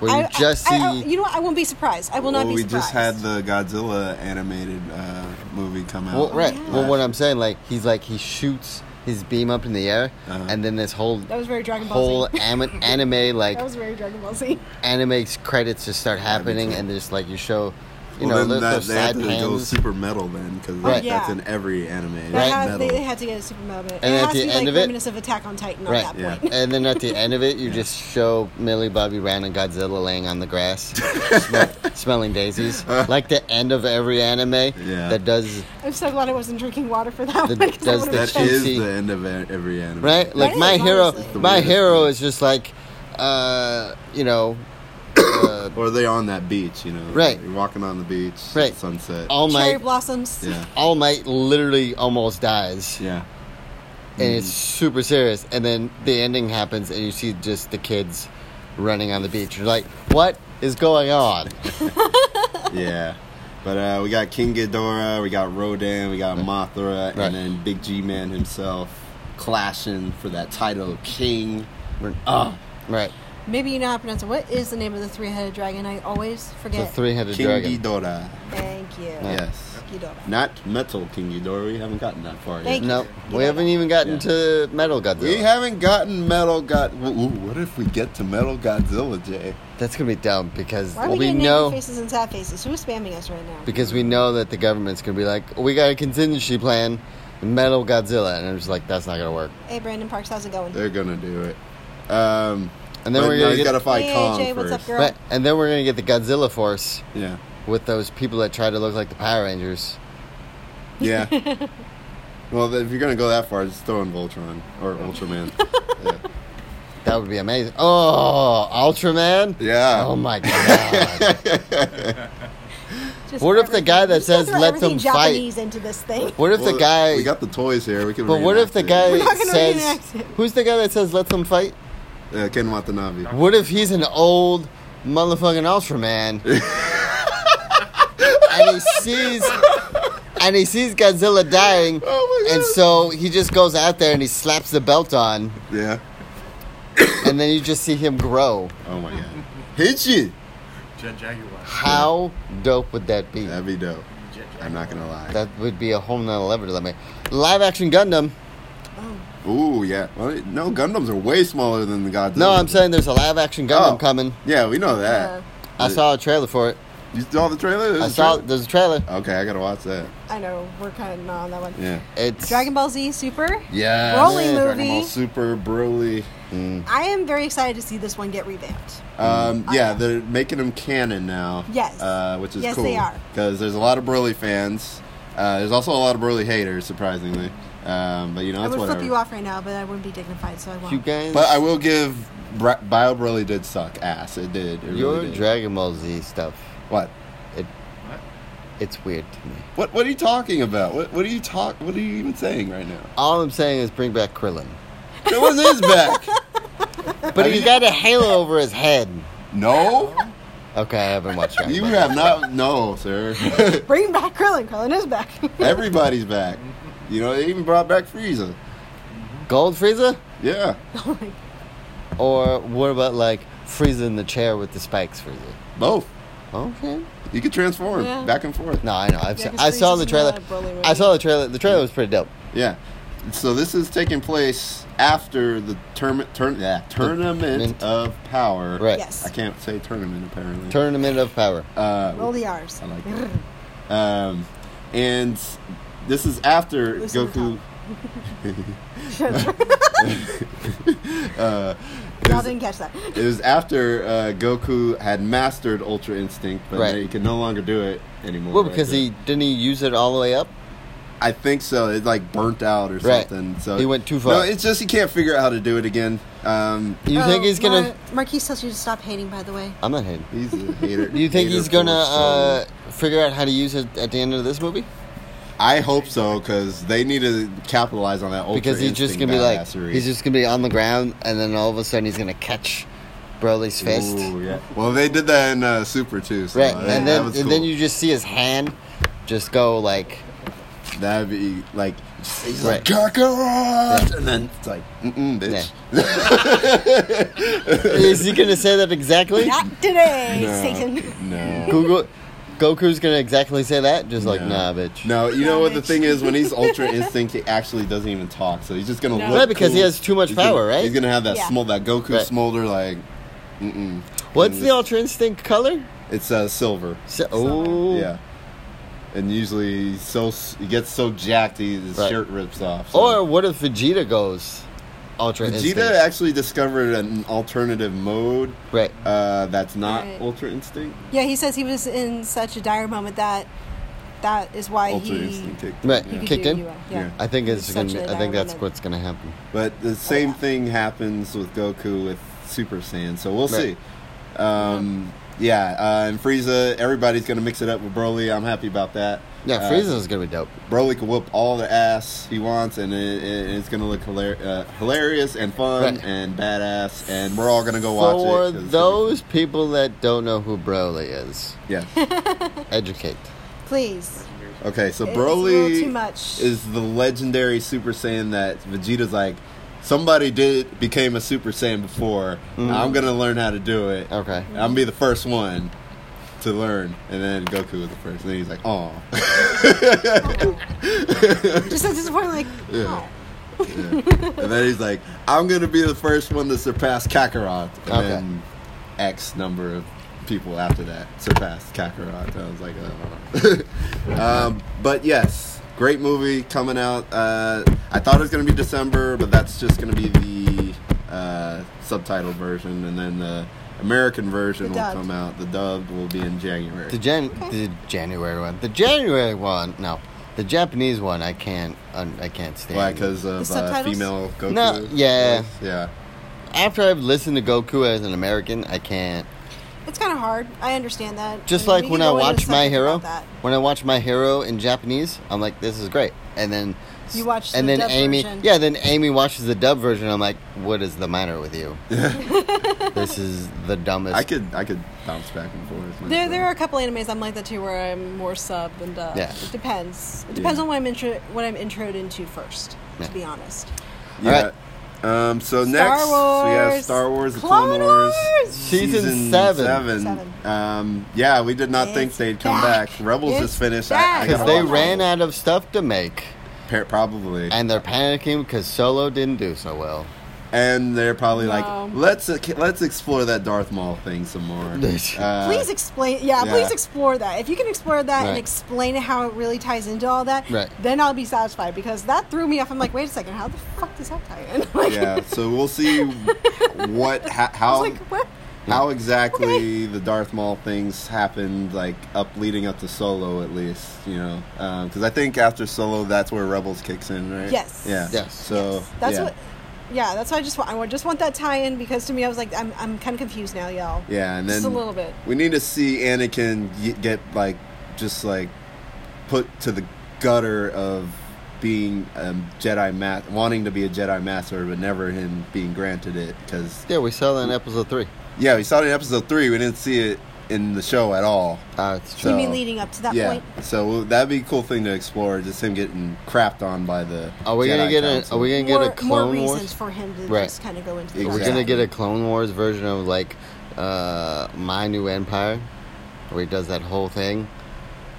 S1: where
S2: Mm-hmm. I,
S1: you just see
S2: I- I- you know what? I won't be surprised. I will not
S3: well,
S2: be
S3: we
S2: surprised.
S3: just had the Godzilla animated uh, movie come out.
S1: Well, right.
S2: yeah.
S1: Well, what I'm saying, like he's like he shoots his beam up in the air,
S3: Uh-huh.
S1: and then this whole
S2: that was very Dragon
S1: whole
S2: Ball [LAUGHS] Z.
S1: am- anime like
S2: that was very Dragon Ball Z.
S1: anime credits just start
S3: That'd be
S1: happening,
S3: cool.
S1: and just like you show, you
S3: Well,
S1: know, those,
S3: then that,
S1: those
S3: they had
S1: sad
S3: to go
S1: pans,
S3: super metal then, because
S1: Right.
S3: that's
S2: Oh, Yeah.
S3: in every anime. it's
S2: That has-
S3: metal.
S2: they, they had to get a super moment.
S1: And
S2: it
S1: at the
S2: has to be
S1: end
S2: like
S1: of it-
S2: reminiscent of Attack on Titan
S1: Right.
S2: at that
S3: Yeah.
S2: point.
S1: and then at the end of it, you just show Millie Bobby Brown and Godzilla laying on the grass,
S3: [LAUGHS]
S1: smell- smelling daisies, like the end of every anime
S3: Uh-huh. Yeah.
S1: that does
S2: I'm so glad I wasn't drinking water for that
S1: The-
S2: one. 'cause I
S1: does
S2: would've
S1: the
S3: that
S2: choked.
S3: is
S1: Chelsea.
S3: the end of e- every anime.
S1: right? Like
S2: is,
S1: my hero,
S2: honestly. It's
S3: the
S1: my
S3: weirdest
S1: hero
S3: thing.
S1: is just like, uh, you know. Uh,
S3: Or they on that beach, you know.
S1: Right.
S3: You're walking on the beach.
S1: Right.
S3: Sunset.
S1: All
S2: Cherry
S1: Might
S2: blossoms.
S3: Yeah.
S1: All Might literally almost dies,
S3: Yeah. Mm.
S1: and it's super serious. And then the ending happens, and you see just the kids running on the beach. You're like, what is going on?
S3: Yeah. But uh, we got King Ghidorah, we got Rodan, we got Mothra,
S1: Right.
S3: and then Big G Man himself clashing for that title of King.
S1: We're-
S3: Ah,
S1: Right,
S2: Maybe you know how to pronounce it. What is the name of the three-headed dragon? I always
S1: the
S2: forget.
S1: three-headed
S3: King
S1: dragon.
S3: Ghidorah.
S2: Thank you.
S3: Yes.
S2: Ghidorah.
S3: Not Metal King Ghidorah. We haven't gotten that far
S2: Thank
S3: yet.
S2: you.
S1: No, we haven't even gotten to Metal Godzilla.
S3: We haven't gotten Metal God. Ooh, what if we get to Metal Godzilla, Jay?
S1: That's gonna be dumb because
S2: Why are
S1: we,
S2: we, getting angry
S1: know
S2: faces and sad faces? Who's spamming us right now?
S1: because we know that the government's gonna be like, we got a contingency plan, Metal Godzilla, and I'm just like, that's not gonna work.
S2: hey, Brandon Parks, how's it going?
S3: They're gonna do it. Um,
S1: And then
S3: but
S1: we're
S3: no,
S1: gonna
S3: he's
S1: get,
S3: gotta fight
S2: Hey,
S3: Kong
S2: Jay,
S3: first.
S2: what's up, girl?
S1: but- and then we're gonna get the Godzilla Force
S2: [LAUGHS]
S3: Yeah,
S1: with those people that try to look like the Power Rangers.
S3: yeah. well, if you're gonna go that far, just throw in Voltron or
S1: [LAUGHS]
S3: Ultraman. yeah.
S1: That would be amazing. Oh, Ultraman.
S3: Yeah.
S1: Oh my god. [LAUGHS]
S2: Just
S1: What if the
S2: everything-
S1: guy that
S2: you just gotta
S1: says,
S2: throw
S1: "Let
S2: everything
S1: them fight"?
S2: Japanese into this thing?
S1: What if
S3: Well,
S1: the guy?
S3: We got the toys here. We can.
S1: but what if the
S3: reenact
S1: guy
S3: it.
S2: We're not gonna
S1: says?
S2: reenact it.
S1: Who's the guy that says let them fight?
S3: [LAUGHS] Uh, Ken Watanabe.
S1: What if he's an old motherfucking Ultraman?
S3: [LAUGHS]
S1: and he sees and he sees Godzilla dying
S3: Oh my
S1: and
S3: God.
S1: so he just goes out there and he slaps the belt on
S3: Yeah.
S1: and then you just see him grow.
S3: Oh my god. Hit you.
S4: Jet Jaguar.
S1: How dope would that be?
S3: That'd be dope.
S4: Jet Jaguar.
S3: I'm not gonna lie.
S1: That would be a whole nother level to that man. Live action Gundam.
S3: Ooh, yeah. Well, no, Gundams are way smaller than the Godzilla.
S1: No, I'm saying there's a live action Gundam
S3: Oh.
S1: coming.
S3: Yeah, we know
S2: Uh,
S3: that.
S1: I saw a trailer for it.
S3: You saw the trailer? There's
S1: I
S3: a
S1: saw
S3: trailer?
S1: there's a trailer.
S3: Okay, I gotta watch that.
S2: I know we're kind of not on that one.
S3: Yeah.
S1: It's
S2: Dragon Ball Z Super.
S3: Yeah.
S2: Broly
S3: Dragon
S2: movie.
S3: Ball Super Broly.
S2: I am very excited to see this one get revamped.
S3: Um, yeah, they're making them canon now.
S2: Oh, Yes.
S3: Uh, which is
S2: Yes,
S3: cool.
S2: they are.
S3: Because there's a lot of Broly fans. Uh, there's also a lot of Broly haters, surprisingly. Um, but you know,
S2: I
S3: that's
S2: would
S3: whatever.
S2: flip you off right now, but I wouldn't be dignified, so I won't.
S1: you guys
S3: But I will give Bra- Bio Broly did suck ass. It did. It really
S1: your
S3: did.
S1: Dragon Ball Z stuff.
S3: what?
S1: It,
S4: What?
S1: it's weird to me.
S3: What? What are you talking about? What? What are you talk? What are you even saying right now?
S1: All I'm saying is bring back Krillin.
S3: It was
S2: [LAUGHS]
S3: his back.
S1: But he got a halo over his head.
S3: No,
S1: Okay, I haven't watched Dragon
S3: you
S1: Ball.
S2: [LAUGHS]
S3: have not. No, sir.
S2: [LAUGHS]
S3: [LAUGHS]
S2: Bring back Krillin. Krillin is back. [LAUGHS] Oh
S3: Everybody's back. You know, they even brought back Frieza.
S1: Gold Frieza?
S3: Yeah.
S1: Or what about like Frieza in the chair with the spikes Frieza?
S3: Both.
S1: Okay.
S3: You could transform
S2: Yeah.
S3: back and forth.
S1: No, I know. I've
S2: Yeah,
S1: seen,
S2: 'cause
S1: I saw the
S2: Frieza's not
S1: trailer.
S2: a Broly movie.
S1: I saw the trailer. The trailer was pretty dope.
S3: Yeah. So this is taking place after the term, turn, yeah, tournament
S1: Tournament.
S3: of power.
S1: Right.
S2: Yes.
S3: I can't say tournament apparently.
S1: Tournament of Power.
S3: uh,
S2: Roll the R's.
S3: I like that. Um, and this is after
S2: Loosen the
S3: Goku. uh, it,
S2: Y'all
S3: was,
S2: didn't catch that.
S3: it was after uh, Goku had mastered Ultra Instinct, but
S1: Right.
S3: he can no longer do it anymore.
S1: Well,
S3: right?
S1: because he didn't he use it all the way up.
S3: I think so. It like burnt out or
S1: Right.
S3: something. So
S1: He went too far.
S3: No, it's just he can't figure out how to do it again. Um,
S1: You think he's gonna?
S2: Oh, Mar- Marquise tells you to stop hating, by
S1: [LAUGHS]
S2: the way.
S1: I'm not hating.
S3: he's a hater.
S1: You think
S3: hater
S1: he's gonna
S3: for soul.
S1: uh, figure out how to use it at the end of this movie?
S3: I hope so because they need to capitalize on that. Ultra
S1: because he's just
S3: Instinct
S1: gonna be like
S3: badassery.
S1: he's just gonna be on the ground and then all of a sudden he's gonna catch Broly's fist
S3: Ooh, yeah. Well, they did that in uh, Super too. So
S1: right
S3: that-
S1: and
S3: that
S1: then
S3: was
S1: and then
S3: cool.
S1: you just see his hand just go like
S3: that'd be like he's
S1: Right.
S3: like Kakarot, and then it's like mm bitch. [LAUGHS]
S1: is he gonna say that exactly
S2: Not today,
S3: No.
S2: Satan.
S1: [LAUGHS]
S2: [LAUGHS]
S3: No.
S1: Google Goku's gonna exactly say that just like
S3: No.
S1: nah bitch
S3: No, you know what the
S2: bitch.
S3: thing is when
S2: [LAUGHS]
S3: he's Ultra Instinct, he actually doesn't even talk, so he's just gonna
S2: No.
S3: look.
S1: Right, because he
S3: cool.
S1: has too much
S3: He's
S1: power,
S3: gonna-
S1: right?
S3: He's gonna have that
S2: Yeah.
S3: smolder, that Goku
S1: Right.
S3: smolder, like, mm-mm.
S1: what's
S3: And
S1: the Ultra Instinct color
S3: It's uh, silver.
S1: so, oh
S3: Yeah. And usually, he's so s- he gets so jacked, he, his
S1: Right.
S3: shirt rips off. so-
S1: or what if Vegeta goes Ultra
S3: Vegeta
S1: Instinct
S3: actually discovered an alternative mode
S1: right
S3: uh, that's not
S2: Right.
S3: Ultra Instinct.
S2: Yeah, he says he was in such a dire moment that that is why
S3: Ultra
S2: Uh, he.
S3: Instinct kicked.
S1: Right.
S3: yeah.
S2: he could
S1: Kicked
S2: do
S1: in?
S2: UL,
S3: Yeah.
S2: Yeah.
S1: I think it's
S2: Such
S1: gonna be,
S2: an
S1: I think that's
S2: environment.
S1: what's gonna happen
S3: But the same
S2: Oh, yeah.
S3: thing happens with Goku with Super Saiyan, so we'll
S1: Right.
S3: see. Um, yeah, uh, and Frieza, everybody's gonna mix it up with Broly. I'm happy about that.
S1: yeah
S3: Uh,
S1: Frieza's gonna be dope
S3: Broly can whoop all the ass he wants, and it, it, it's gonna look hilar- uh, hilarious and fun
S1: Right.
S3: and badass, and we're all gonna go watch
S1: For
S3: it. 'cause it's gonna be-
S1: those people that don't know who Broly is, [LAUGHS]
S3: yeah.
S1: educate.
S2: Please.
S3: Okay, so
S2: It's a
S3: Broly
S2: little too much.
S3: is the legendary Super Saiyan that Vegeta's like. Somebody did became
S1: Mm-hmm.
S3: a Super Saiyan before. I'm gonna learn how to do it.
S1: Okay.
S3: I'm gonna be the first one. to learn, and then Goku was the first. And then he's like, "Oh,
S2: [LAUGHS] Just so disappointing, like,
S3: Yeah.
S2: oh.
S3: and then he's like, "I'm gonna be the first one to surpass Kakarot." And
S1: Okay.
S3: then X number of people after that surpassed Kakarot. And I was like, oh. [LAUGHS] um, but yes, great movie coming out. Uh, I thought it was gonna be December, but that's just gonna be the uh, subtitled version, and then the American version
S2: The
S3: will
S2: dubbed.
S3: come out. The dubbed will be in January.
S1: The Jan, the January one, the January one. No, the Japanese one. I can't, un- I can't stand.
S3: Why? Because of
S2: The
S3: uh,
S2: subtitles?
S3: female Goku.
S1: No, yeah.
S3: yeah.
S1: after I've listened to Goku as an American, I can't.
S2: it's kind of hard. I understand that.
S1: Just
S2: mean,
S1: like
S2: we
S1: when
S2: could
S1: I
S2: go into
S1: watch
S2: the
S1: My
S2: second
S1: Hero,
S2: about that.
S1: when I watch My Hero in Japanese, I'm like, this is great. And then
S2: You watch
S1: and
S2: the
S1: then
S2: dub
S1: Amy,
S2: version.
S1: yeah, then Amy watches the dub version. I'm like, what is the matter with [LAUGHS] you? this is the dumbest.
S3: I could I could bounce back and forth.
S2: There, there are a couple animes I'm like that too, where I'm more sub and dub.
S1: Yeah.
S2: It depends. It depends
S3: Yeah.
S2: on what I'm intro, what I'm introed into first.
S1: Yeah.
S2: To be honest,
S3: Yeah. Um, so next we have
S2: Wars.
S3: Star Wars, the
S2: Clone
S3: Clone, Wars,
S2: Wars.
S1: Season seven.
S2: Seven.
S3: Um, yeah, we did not think
S2: It's
S3: they'd come
S2: back.
S3: back. Rebels
S2: It's
S3: just finished.
S2: back.
S1: because
S2: I
S1: they
S2: gotta watch
S1: ran
S2: it.
S1: out of stuff to make,
S3: out. Probably.
S1: and they're panicking because Solo didn't do so well.
S3: and they're probably
S2: No.
S3: like, let's uh, let's explore that Darth Maul thing some more. Uh,
S2: please explain. Yeah,
S3: yeah.
S2: please explore that. If you can explore that
S1: Right.
S2: and explain how it really ties into all that,
S1: Right.
S2: then I'll be satisfied because that threw me off. I'm like, wait a second, how the fuck does that tie in? [LAUGHS] like,
S3: yeah. So
S2: [LAUGHS]
S3: we'll see what ha-
S2: I
S3: how
S2: was like, what?
S3: how exactly the Darth Maul things happened, like up leading up to Solo, at least, you know, because I think after Solo, that's where Rebels kicks in, right?
S2: Yes.
S3: Yeah.
S1: Yes.
S3: So
S2: That's
S3: yeah.
S2: what. Yeah, that's why I just want. I wa- just want that tie-in because to me, I was like, I'm, I'm kind of confused now, y'all.
S3: Yeah, and then
S2: Just a little bit.
S3: We need to see Anakin y- get like just like put to the gutter of being a Jedi ma- wanting to be a Jedi master, but never him being granted it because
S1: Yeah, we saw that in episode three.
S3: yeah, we saw it in episode three. We didn't see it in the show at all.
S1: Ah, it's
S2: you
S1: true.
S2: mean leading up to that
S3: yeah,
S2: point?
S3: so that'd be a cool thing to explore. Just him getting crapped on by the.
S1: Are we gonna
S3: Jedi
S1: get a?
S3: Council.
S1: Are we gonna get
S2: more,
S1: a Clone
S2: more reasons
S1: Wars?
S2: for him to
S1: Right.
S2: just kind of go into the
S3: We're
S1: We're
S2: dark
S1: gonna
S3: Exactly.
S1: get a Clone Wars version of like uh, My New Empire, where he does that whole thing,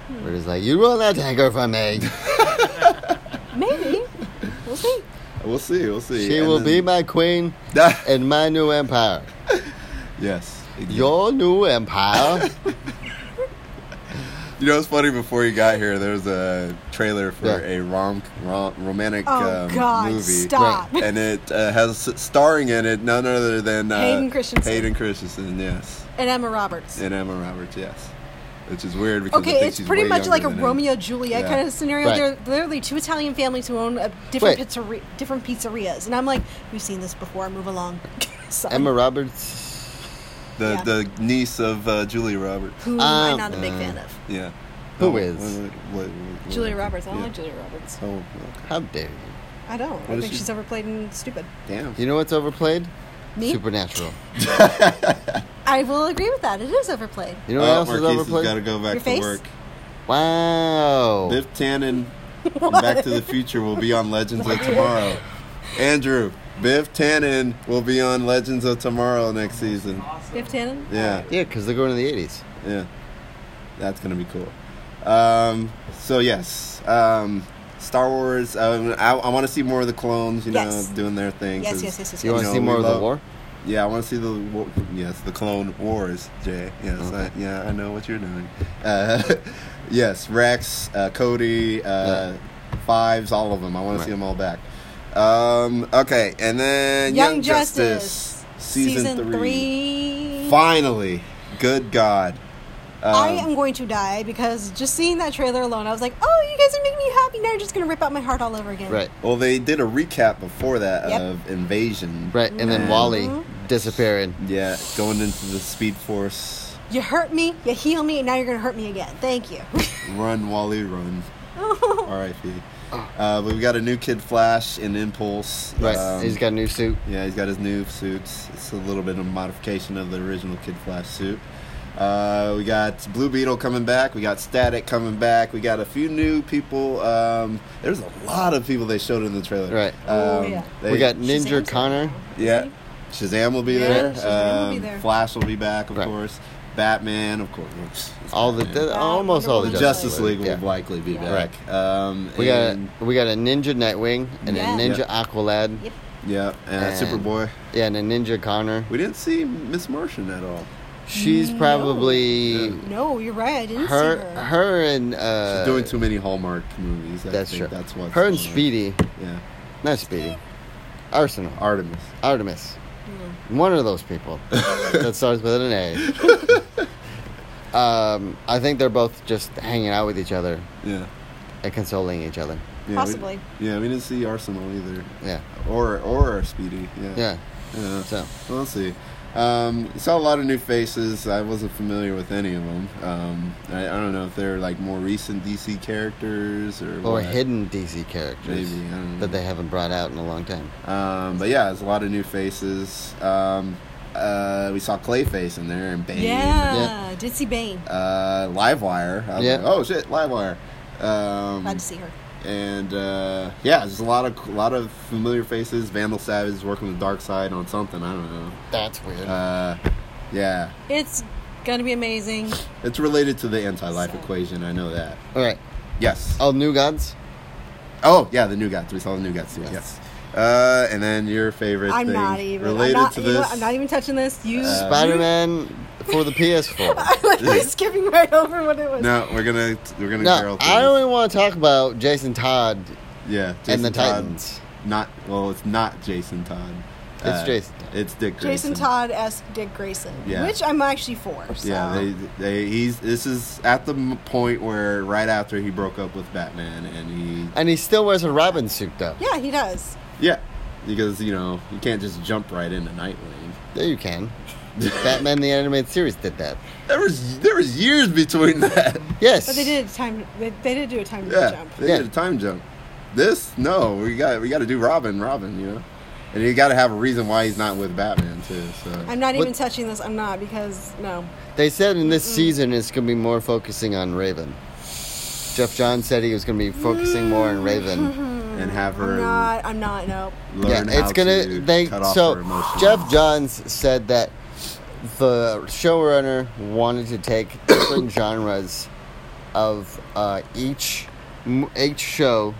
S3: Hmm.
S1: where he's like, "You will not anger for me.
S2: side. Maybe we'll see.
S3: We'll see. We'll [LAUGHS] see.
S1: She
S3: And
S1: will be
S3: then-
S1: my queen in my new empire.
S3: [LAUGHS] yes.
S1: Your new
S3: [LAUGHS]
S1: empire."
S3: You know, it's funny. Before you got here, there was a trailer for
S1: Yeah.
S3: a rom, rom romantic
S2: Oh
S3: um,
S2: God,
S3: movie, [LAUGHS]
S2: stop! [LAUGHS]
S3: and it uh, has starring in it none other than uh,
S2: Hayden Christensen.
S3: Hayden Christensen, yes,
S2: And Emma Roberts.
S3: and Emma Roberts, yes. Which is weird because I
S2: Okay,
S3: think
S2: it's
S3: she's
S2: pretty
S3: way
S2: much like a
S3: younger than him.
S2: Romeo Juliet
S3: Yeah.
S2: kind of scenario.
S1: Right.
S2: They're literally two Italian families who own a different
S1: Wait.
S2: pizzeria, different pizzerias, and I'm like, we've seen this before. Move along. [LAUGHS] Sorry.
S1: Emma Roberts.
S3: The
S2: Yeah.
S3: the niece of uh, Julia Roberts.
S2: who
S1: Um,
S2: I'm not a big
S1: uh,
S2: fan of.
S3: Yeah.
S1: Who
S3: Oh,
S1: is?
S3: what- what- what-
S2: Julia
S3: what-
S2: Roberts. I don't
S3: yeah.
S2: like Julia Roberts.
S3: Oh, okay.
S1: How dare you?
S2: I don't. I
S3: is
S2: think
S3: she-
S2: she's overplayed and stupid.
S3: damn.
S1: You know what's overplayed?
S2: Me?
S1: Supernatural.
S2: I will agree with that. It is overplayed.
S1: You know what
S3: oh,
S1: else is
S3: Marquise has
S1: overplayed?
S3: got to go back
S2: Your
S3: to
S2: face?
S3: work.
S1: Wow.
S2: [LAUGHS]
S3: Biff Tannen from Back to the Future will be on Legends of Tomorrow. Andrew, Biff Tannen will be on Legends of Tomorrow next season.
S2: Biff Tannen.
S3: Yeah,
S1: Yeah, because they're going to the 80s.
S3: yeah. That's going to be cool. Um, so, yes. Um, Star Wars, um, I, I want to see more of the clones, you know,
S2: Yes.
S3: doing their thing.
S2: Yes,
S3: 'cause-
S2: yes, yes, yes,
S1: You want to
S3: know,
S1: see
S3: we
S1: more of the
S3: love-
S1: war?
S3: Yeah, I want to see the war, yes, the Clone Wars, Jay. Yes,
S1: Okay.
S3: I, yeah, I know what you're doing. Uh, [LAUGHS] yes, Rex, uh, Cody, uh, Fives, all of them. I want to see
S1: Right.
S3: them all back. Um, okay, and then
S2: Young
S3: Young, Justice,
S2: Justice,
S3: season, three.
S2: three.
S3: Finally, good God! Um,
S2: I am going to die because just seeing that trailer alone, I was like, "Oh, you guys are making me happy." Now you're just gonna rip out my heart all over again.
S1: Right.
S3: Well, they did a recap before that
S2: Yep.
S3: of Invasion,
S1: Right. And then
S3: Mhm.
S1: Wally disappearing.
S3: Yeah, going into the Speed Force.
S2: You hurt me, you heal me, and now you're gonna hurt me again. Thank
S3: [LAUGHS]
S2: you.
S3: Run, Wally, run. R.I.P. Uh, but we got a new Kid Flash and Impulse.
S1: Ah. Right.
S3: Um,
S1: He's got a new suit.
S3: yeah, he's got his new suits. It's a little bit of modification of the original Kid Flash suit. Uh, we got Blue Beetle coming back. We got Static coming back. We got a few new people. Um, there's a lot of people they showed in the trailer.
S1: Right.
S3: Um,
S2: Oh, yeah.
S3: they-
S1: we got Ninja
S2: Shazam's
S1: Connor.
S2: back now.
S3: yeah. Shazam will be
S2: Yeah,
S3: there.
S2: Shazam will be
S3: Um,
S2: there.
S3: Flash will be back, of
S1: Right.
S3: course. Batman, of course. It's
S1: all the,
S3: Batman.
S1: the- almost all the
S2: Wonder
S3: The
S2: Woman.
S1: Justice League.
S3: will
S1: yeah.
S3: likely be
S2: Yeah.
S3: back. Um,
S1: We got
S3: and-
S1: a, we got a ninja Nightwing and
S2: Yeah.
S1: a ninja
S3: Yep.
S1: Aqualad.
S2: Yep.
S3: yeah, and,
S1: and-
S3: Superboy.
S1: Yeah, and a ninja Connor.
S3: We didn't see Miss Martian at all.
S1: She's probably
S3: Yeah.
S2: No, you're right. I didn't
S1: her
S2: see her.
S1: her and uh,
S3: She's doing too many Hallmark movies. I
S1: That's
S3: think
S1: true.
S3: That's what's
S1: her and
S3: going on.
S1: Speedy,
S3: Yeah,
S1: not Speedy, Arsenal, Ar-
S3: Artemis.
S1: Artemis, one of those people
S3: [LAUGHS]
S1: that starts with an A. um, I think they're both just hanging out with each other
S3: Yeah.
S1: and consoling each other.
S3: yeah we-
S2: Possibly.
S3: yeah, we didn't see Arsenal either,
S1: Yeah,
S3: or or Speedy. Yeah.
S1: yeah.
S3: Yeah.
S1: So
S3: We'll see. Um, saw a lot of new faces. I wasn't familiar with any of them. Um, I, I don't know if they're like more recent DC characters or
S1: or
S3: what.
S1: hidden DC characters
S3: Maybe, I don't know.
S1: that they haven't brought out in a long time.
S3: Um, but yeah, there's a lot of new faces. Um, uh, we saw Clayface in there and Bane.
S2: Yeah, did see Bane.
S3: Uh, Livewire. I was
S1: Yeah.
S3: like, oh shit, Livewire. Um,
S2: Glad to see her.
S3: and uh, yeah, there's a lot of a lot of familiar faces. Vandal Savage is working with Darkseid on something. I don't know.
S1: That's weird.
S3: Uh, yeah,
S2: It's gonna be amazing.
S3: It's related to the anti-life
S2: So-
S3: equation. I know that.
S1: All right.
S3: Yes. Oh,
S1: Oh, new gods.
S3: yeah, the new gods. We saw the new gods. Yes. yes. Uh, and then your favorite.
S2: I'm
S3: thing
S2: not even
S3: related
S2: I'm not,
S3: to
S2: you know
S3: this.
S2: what? I'm not even touching this. You.
S3: Uh,
S1: Spider-Man for the PS4.
S2: [LAUGHS] I'm literally skipping right over what it was.
S3: no, we're gonna we're gonna.
S1: No,
S3: barrel through
S1: I
S3: this.
S1: only want to talk about Jason Todd
S3: Yeah.
S1: and the
S3: Jason Todd.
S1: Titans.
S3: Not well. It's not Jason Todd. Uh,
S1: It's Jason Todd.
S3: It's Dick.
S2: Jason
S3: Grayson.
S2: Todd as Dick Grayson,
S3: Yeah.
S2: which I'm actually for. So.
S3: Yeah, they, they, he's. This is at the m- point where right after he broke up with Batman, and he
S1: And he still wears a Robin suit, though.
S2: Yeah, he does.
S3: yeah, because you know you can't just jump right into Nightwing.
S1: There you
S3: [LAUGHS]
S1: can. Batman the Animated Series did that.
S3: There was there was years between [LAUGHS] that.
S1: Yes.
S2: But they did a time. They, they did do a time
S3: Yeah,
S2: jump.
S3: they
S1: Yeah.
S3: did a time jump. This no, we got we got to do Robin, Robin, you know, and you got to have a reason why he's not with Batman too. So
S2: I'm not even
S1: What-
S2: touching this. I'm not because no.
S1: They said in this season it's going to be more focusing on Raven. Jeff John said he was going to be focusing more on Raven.
S3: and have
S2: I'm
S3: her
S2: not. I'm not. No.
S1: yeah,
S3: learn how
S1: it's gonna.
S3: to
S1: they
S3: cut off her
S1: so
S3: emotions.
S1: Jeff Johns said that the showrunner wanted to take [COUGHS] different genres of uh, each m- each show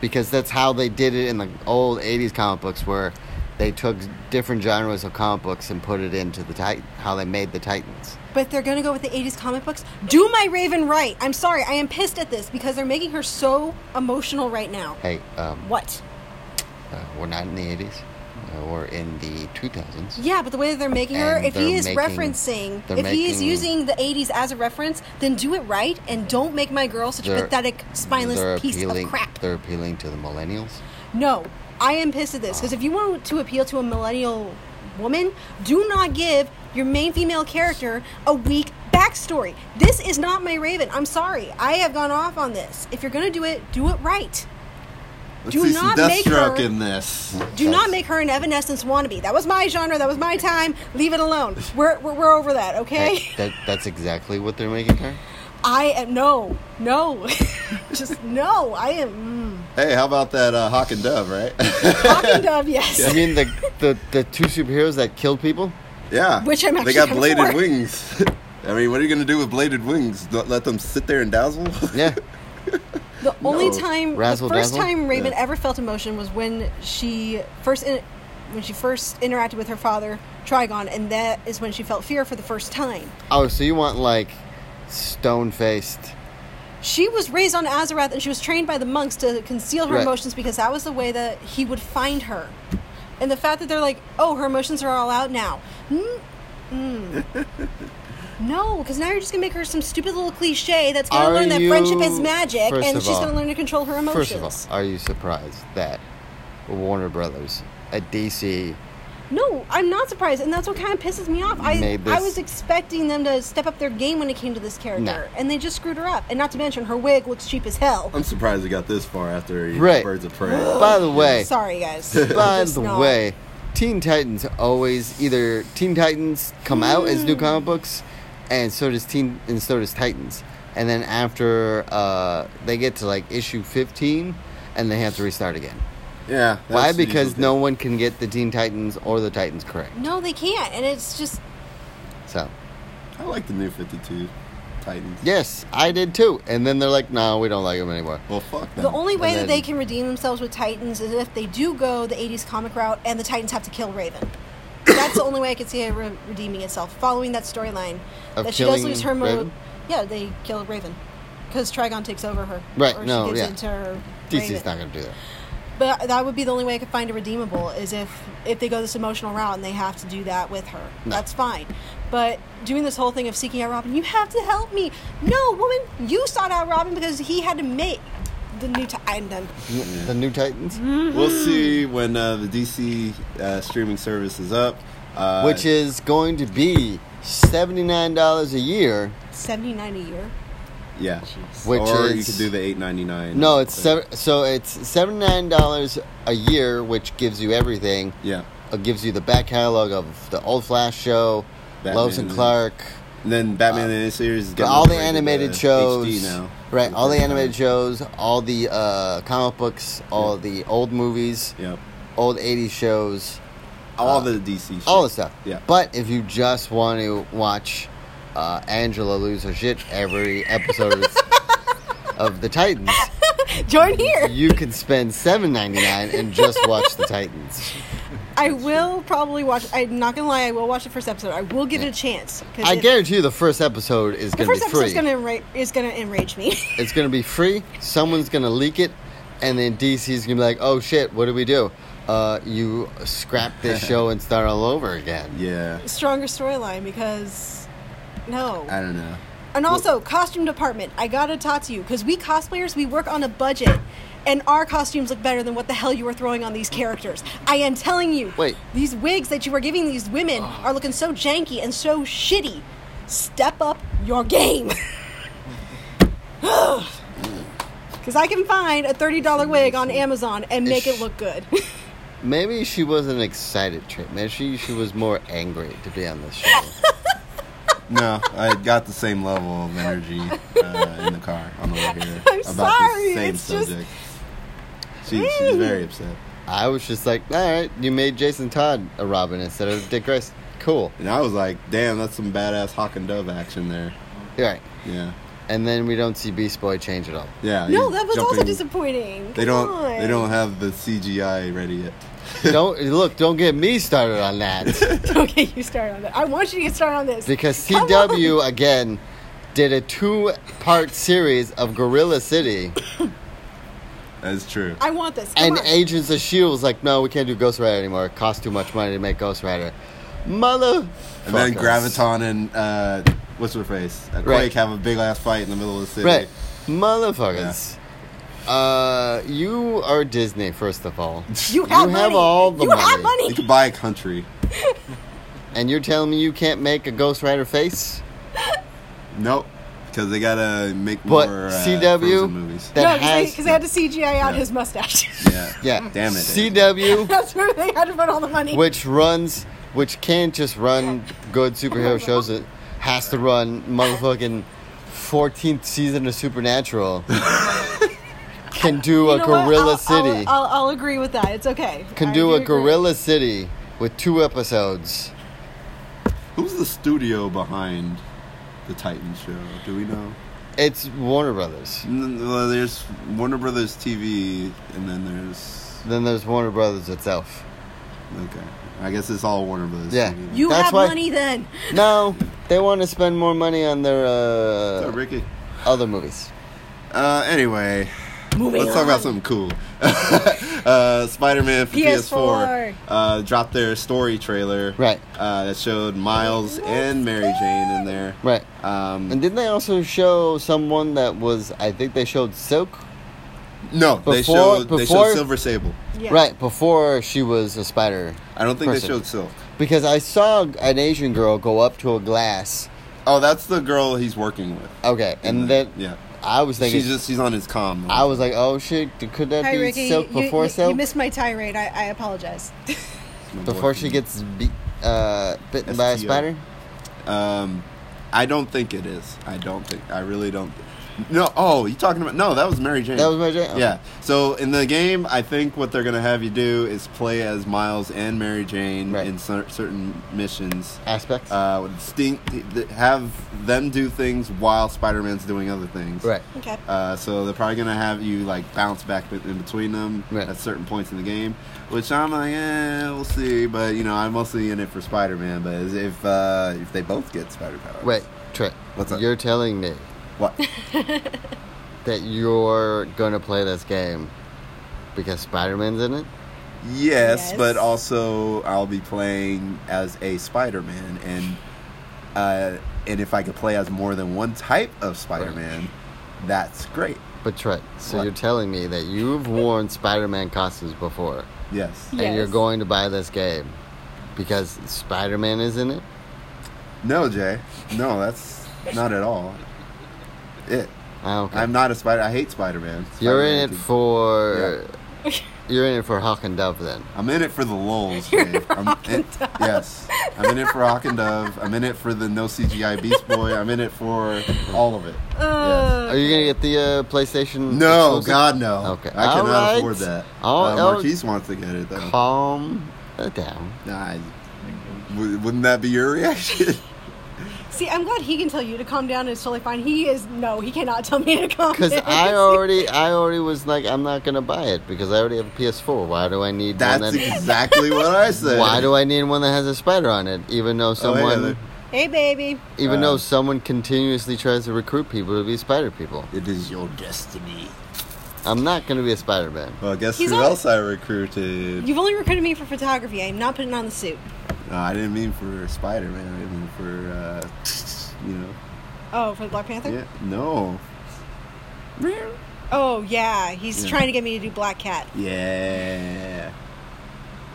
S1: because that's how they did it in the old 80s comic books where they took different genres of comic books and put it into the tit- how they made the titans
S2: But they're gonna go with the '80s comic books. Do my Raven right. I'm sorry. I am pissed at this because they're making her so emotional right now.
S1: hey um,
S2: What?
S1: uh, we're not in the 80s uh, we're in the 2000s
S2: Yeah, but the way that they're making her,
S1: And
S2: if he
S1: they're
S2: is
S1: making-
S2: referencing,
S1: they're
S2: if he is
S1: making-
S2: using the 80s as a reference, then do it right and don't make my girl such a
S1: They're-
S2: pathetic,
S1: They're
S2: spineless piece of
S1: appealing-
S2: crap.
S1: they're appealing to the millennials
S2: No, I am pissed at this because if you want to appeal to a millennial woman, do not give your main female character a weak backstory. This is not my Raven. I'm sorry. I have gone off on this. If you're going to do it, do it right.
S3: Let's
S2: do
S3: see some
S2: not make
S3: Deathstroke
S2: her-
S3: in this.
S2: Do not make her an Evanescence wannabe. That was my genre. That was my time. Leave it alone. We're, we're, we're over that, okay?
S1: That- that, that's exactly what they're making her
S2: I am no, no, [LAUGHS] just no. I am
S3: Hey, how about that uh, Hawk and Dove, right? [LAUGHS]
S2: mm, talking dove. Yes,
S1: You mean the, the the two superheroes that killed people?
S3: yeah,
S2: Which I'm
S3: they
S2: actually
S3: got
S2: kinda
S3: bladed
S2: for.
S3: wings. [LAUGHS] I mean, what are you gonna do with bladed wings? Don't let them sit there and dazzle. [LAUGHS]
S2: [LAUGHS]
S1: Yeah.
S2: the only
S3: No.
S2: time,
S1: Razzle
S2: the first
S1: dazzle?
S2: time Raven
S3: Yeah.
S2: ever felt emotion was when she first in, when she first interacted with her father Trigon, and that is when she felt fear for the first time.
S1: Oh, so you want like stone faced?
S2: She was raised on Azarath, and she was trained by the monks to conceal her
S1: Right.
S2: emotions because that was the way that he would find her. And the fact that they're like, "Oh, her emotions are all out now." Mm, mm. [LAUGHS] no, because now you're just gonna make her some stupid little cliche that's gonna
S1: Are
S2: learn that
S1: you-
S2: friendship is magic,
S1: first
S2: and
S1: of
S2: she's
S1: all-
S2: gonna learn to control her emotions.
S1: First of all, are you surprised that Warner Brothers at DC?
S2: No, I'm not surprised, and that's what kind of pisses me off. I,
S1: Made
S2: I
S1: this-
S2: was expecting them to step up their game when it came to this character,
S1: No.
S2: and they just screwed her up. And not to mention, her wig looks cheap as hell.
S3: I'm surprised we got this far after you know,
S1: Right.
S3: Birds of Prey.
S1: [GASPS] By the way,
S2: Sorry, guys.
S1: by
S2: Just
S1: the
S2: not-
S1: way, Teen Titans always either Teen Titans come out as
S2: Mm.
S1: new comic books, and so does Teen and so does Titans, and then after uh, they get to like issue fifteen, and they have to restart again.
S3: yeah.
S1: Why?
S3: that's the usual
S1: Because
S3: thing.
S1: no one can get the Teen Titans or the Titans correct.
S2: No, they can't, and it's just
S1: So
S3: I like the new 52 Titans.
S1: Yes, I did too. And then they're like, no, we don't like them anymore.
S3: Well, fuck them.
S2: The only way
S1: And
S2: that they
S1: then-
S2: can redeem themselves with Titans is if they do go the 80s comic route and the Titans have to kill Raven. That's the only way I could see it re- redeeming itself, following that storyline.
S1: Of
S2: That she does
S1: killing
S2: lose her mode.
S1: Raven?
S2: Yeah, they kill Raven. Because Trigon takes over her.
S1: Right,
S2: Or
S1: no,
S2: she gives
S1: yeah.
S2: it to her.
S1: DC's
S2: Raven.
S1: not going to do that.
S2: But that would be the only way I could find a redeemable is if if they go this emotional route and they have to do that with her.
S1: No.
S2: That's fine. But doing this whole thing of seeking out Robin, you have to help me. No, woman, you sought out Robin because he had to make the new. T- I'm done.
S1: N- The new Titans,
S3: We'll see when uh, the DC uh, streaming service is up. Uh,
S1: which is going to be $79 a year.
S2: Seventy nine a year.
S3: yeah,
S2: Jeez.
S1: Which
S3: or you
S1: is-
S3: could do the eight Uh, ninety nine.
S1: No, it's seven, so it's $79 a year, which gives you everything.
S3: yeah.
S1: It gives you the back catalog of the old Flash show,
S3: Batman
S1: Lois and
S3: and-
S1: Clark,
S3: And then Batman the animated series, is getting
S1: all the
S3: upgraded to
S1: animated
S3: HD
S1: shows.
S3: now.
S1: Right, all the animated shows, all the uh, comic books, all the old movies,
S3: Yep.
S1: old 80s shows.
S3: All
S1: Uh,
S3: the DC. Shit.
S1: all the stuff.
S3: Yeah.
S1: But if you just want to watch uh, Angela lose her shit every episode
S3: [LAUGHS]
S1: of, of the Titans,
S2: Join here.
S1: you can spend seven ninety nine and just watch the
S2: [LAUGHS]
S1: Titans.
S2: I will probably watch. I'm not gonna lie. I will watch the first episode. I will give it a chance. 'cause
S1: I
S2: it-
S1: guarantee you, the first episode is
S2: The
S1: going to
S2: first
S1: be
S2: episode's
S1: free.
S2: gonna enra- is gonna enrage me. [LAUGHS]
S1: It's going to be free. Someone's going to leak it, and then DC's going to be like, "Oh shit, what do we do? Uh, you scrap
S2: [LAUGHS]
S1: this show and start all over again."
S3: Yeah.
S2: Stronger storyline because no.
S3: I don't know.
S2: And also, costume department. I gotta talk to you because we cosplayers, we work on a budget, and our costumes look better than what the hell you were throwing on these characters. I am telling you.
S1: Wait.
S2: These wigs that you are giving these women are looking so janky and so shitty. Step up your game. [LAUGHS] [SIGHS] Because I can find a thirty-dollar wig on Amazon and make it look good.
S1: Maybe she wasn't excited, Trent. Maybe she, she was more angry to be on this
S2: [LAUGHS]
S1: show.
S3: No, I got the same level of energy uh, in the car on the way here
S2: [LAUGHS] I'm
S3: about
S2: sorry,
S3: this same
S2: it's just-
S3: subject. She, she's very upset.
S1: I was just like, all right, you made Jason Todd a Robin instead of Dick Grayson. Cool.
S3: And I was like, damn, that's some badass Hawk and Dove action there.
S1: You're right.
S3: Yeah.
S1: And then we don't see Beast Boy change
S2: [LAUGHS]
S1: at all.
S3: Yeah.
S2: no,
S3: you
S2: that was
S3: jump
S2: also
S3: in-
S2: disappointing.
S3: They
S2: Come
S3: don't
S2: on. [LAUGHS]
S3: they don't have the CGI ready yet.
S1: don't look. Don't get me started on
S2: [LAUGHS]
S1: that
S2: Okay, you start on that. I want you to get started on this
S1: because
S2: Come on.
S1: CW again did a two-part series of Gorilla City,
S3: That's true.
S2: I want this. Come
S1: and
S2: on.
S1: Agents of Shield E was like, no, we can't do Ghost Rider anymore. It costs too much money to make Ghost Rider. Mother.
S3: And then Graviton and uh, what's her face? Uh, Quake
S1: Right.
S3: have a big ass fight in the middle of the city.
S1: Right. Motherfuckers. Uh, you are Disney, first of
S3: [LAUGHS]
S1: all.
S2: You have
S1: you
S2: money.
S1: have all the
S2: you have
S1: money.
S3: They
S2: money.
S3: could buy a country.
S1: And you're telling me you can't make a Ghost Rider face?
S3: Nope. Because they gotta make
S1: But
S3: more uh,
S1: CW
S3: Frozen movies.
S1: that
S2: no,
S1: has
S2: because they, had to CGI out his mustache. [LAUGHS]
S3: yeah.
S1: yeah
S3: Damn it.
S1: CW,
S2: That's where they had to put all the money.
S1: which runs, which can't just run good superhero shows. It has to run motherfucking 14th season of
S2: [LAUGHS]
S1: Supernatural. Can do
S2: You
S1: a
S2: know what?
S1: Gorilla
S2: I'll-
S1: City.
S2: I'll, I'll, I'll agree with that. It's okay.
S1: can
S2: I
S1: do a
S2: agree.
S1: Gorilla City with two episodes.
S3: Who's the studio behind the Titan show? Do we know?
S1: It's Warner Brothers.
S3: N- Well, there's Warner Brothers TV, and then there's
S1: Then there's Warner Brothers itself.
S3: okay. I guess it's all Warner Brothers.
S1: Yeah.
S3: TV.
S2: You
S1: That's
S2: have
S1: why-
S2: money then.
S1: No, they want to spend more money on their
S3: What's up,
S1: uh,
S3: Ricky?
S1: other movies.
S3: Uh, anyway,
S2: Moving
S3: let's talk
S2: on.
S3: about something cool. [LAUGHS] uh, Spider-Man for PS4,
S2: PS4.
S3: uh, dropped their story trailer,
S1: Right.
S3: Uh, that showed Miles and Mary Jane in there,
S1: Right.
S3: Um,
S1: And didn't they also show someone that was? I think they showed Silk.
S3: no, they
S1: Before-
S3: showed they
S1: before-
S3: showed Silver Sable.
S2: Yeah.
S1: Right before she was a spider,
S3: I don't think
S1: Person.
S3: they showed Silk.
S1: because I saw an Asian girl go up to a glass.
S3: Oh, that's the girl he's working with.
S1: Okay, and then
S3: Mm-hmm. yeah,
S1: I was thinking,
S3: she's just she's on his com.
S1: I was like, oh shit, could that
S2: Hi,
S1: be
S2: Ricky.
S1: Silk
S2: you,
S1: before
S2: you-
S1: Silk?
S2: you missed my tirade. I, I apologize. [LAUGHS]
S1: before she gets be- uh, bitten by a
S3: STO.
S1: spider.
S3: Um, I don't think it is. I don't think. I really don't. No, oh, you talking about? No, that was Mary Jane.
S1: That was Mary Jane? Okay.
S3: Yeah. So in the game, I think what they're gonna have you do is play as Miles and Mary Jane
S1: Right.
S3: in cer- certain missions.
S1: Aspects.
S3: Uh, with distinct, th- have them do things while Spider-Man's doing other things.
S1: right.
S2: Okay.
S3: Uh, so they're probably gonna have you like bounce back be- in between them
S1: Right.
S3: at certain points in the game, which I'm like, eh, we'll see. But you know, I'm mostly in it for Spider-Man. But as if uh, if they both get Spider powers,
S1: Wait, Trent.
S3: What's up?
S1: You're telling me
S3: What?
S1: that you're gonna play this game because Spider Man's in it?
S3: Yes,
S2: Yes.
S3: but also I'll be playing as a Spider-Man, and uh, and if I could play as more than one type of Spider-Man, that's great.
S1: But Trent, so
S3: What?
S1: you're telling me that you've worn Spider Man costumes before
S3: Yes.
S1: and you're
S2: Yes.
S1: going to buy this game because Spider Man is in it?
S3: No, Jay. No, that's not at all. It.
S1: I don't care.
S3: I'm not a spider. I hate Spider-Man.
S1: Ah, you're in
S3: Spider-Man
S1: it for
S3: is-
S1: You're in it for Hawk and Dove then.
S3: I'm in it for the lulz,
S2: You're in
S3: Dave.
S2: it for
S3: I'm
S2: Hawk
S3: in-
S2: and Dove.
S3: Yes, I'm in it for Hawk and Dove. I'm in it for the no CGI Beast Boy. I'm in it for all of it.
S2: Uh,
S1: Are you gonna get the uh, PlayStation?
S3: No,
S1: exclusive?
S3: God, no.
S1: Okay.
S3: I
S1: All
S3: cannot
S1: right. Oh.
S3: afford that.
S1: All-
S3: uh,
S1: all-
S3: Marquise wants to get it though.
S1: Calm down.
S3: Nah, w- wouldn't that be your
S1: [LAUGHS]
S3: reaction?
S2: See, I'm glad he can tell you to calm down. It's totally fine. He is no, he cannot tell me to calm down.
S1: Because
S2: [LAUGHS]
S1: I already, I already was like, I'm not gonna buy it because I already have a PS4. Why do I need one
S3: That's
S1: that?
S3: exactly what I
S1: [LAUGHS]
S3: said.
S1: Why do I need one that has a spider on it? Even
S3: Oh,
S1: though someone,
S3: there-
S2: hey, baby.
S1: even though
S3: Uh,
S1: someone continuously tries to recruit people to be spider people,
S3: It is your destiny.
S1: I'm not gonna be a Spider Man.
S3: Well, guess
S2: He's
S3: who
S2: al-
S3: else I recruited?
S2: You've only recruited me for photography. I'm not putting on the suit.
S3: No, I didn't mean for Spider Man. I mean for, uh, you know.
S2: Oh, for the Black Panther.
S3: Yeah, no.
S2: Oh yeah, he's
S3: Yeah.
S2: trying to get me to do Black Cat.
S3: Yeah.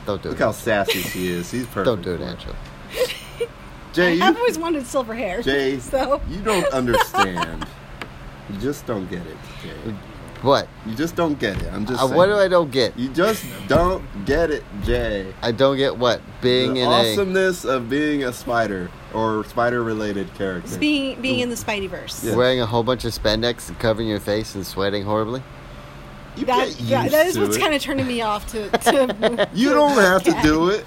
S1: Don't do
S3: Look how
S1: that.
S3: sassy she is. He's perfect.
S1: Don't do it,
S3: for her.
S1: Angela.
S3: Jay, you,
S2: I've always wanted silver hair. [LAUGHS]
S3: Jay,
S2: so
S3: you don't understand. you just don't get it, Jay.
S1: What?
S3: You just don't get it. I'm just.
S1: Uh, what do I
S3: saying.
S1: don't get?
S3: You just don't get it, Jay.
S1: I don't get what being
S3: the
S1: in a.
S3: awesomeness of being a spider or spider-related character.
S2: it's being being in the Spideyverse.
S3: Yeah.
S1: Wearing a whole bunch of spandex and covering your face and sweating horribly.
S3: you
S2: That,
S3: get used
S2: that, that is
S3: to
S2: what's
S3: it.
S2: kind of turning me off to. to
S3: [LAUGHS] You don't have to do it.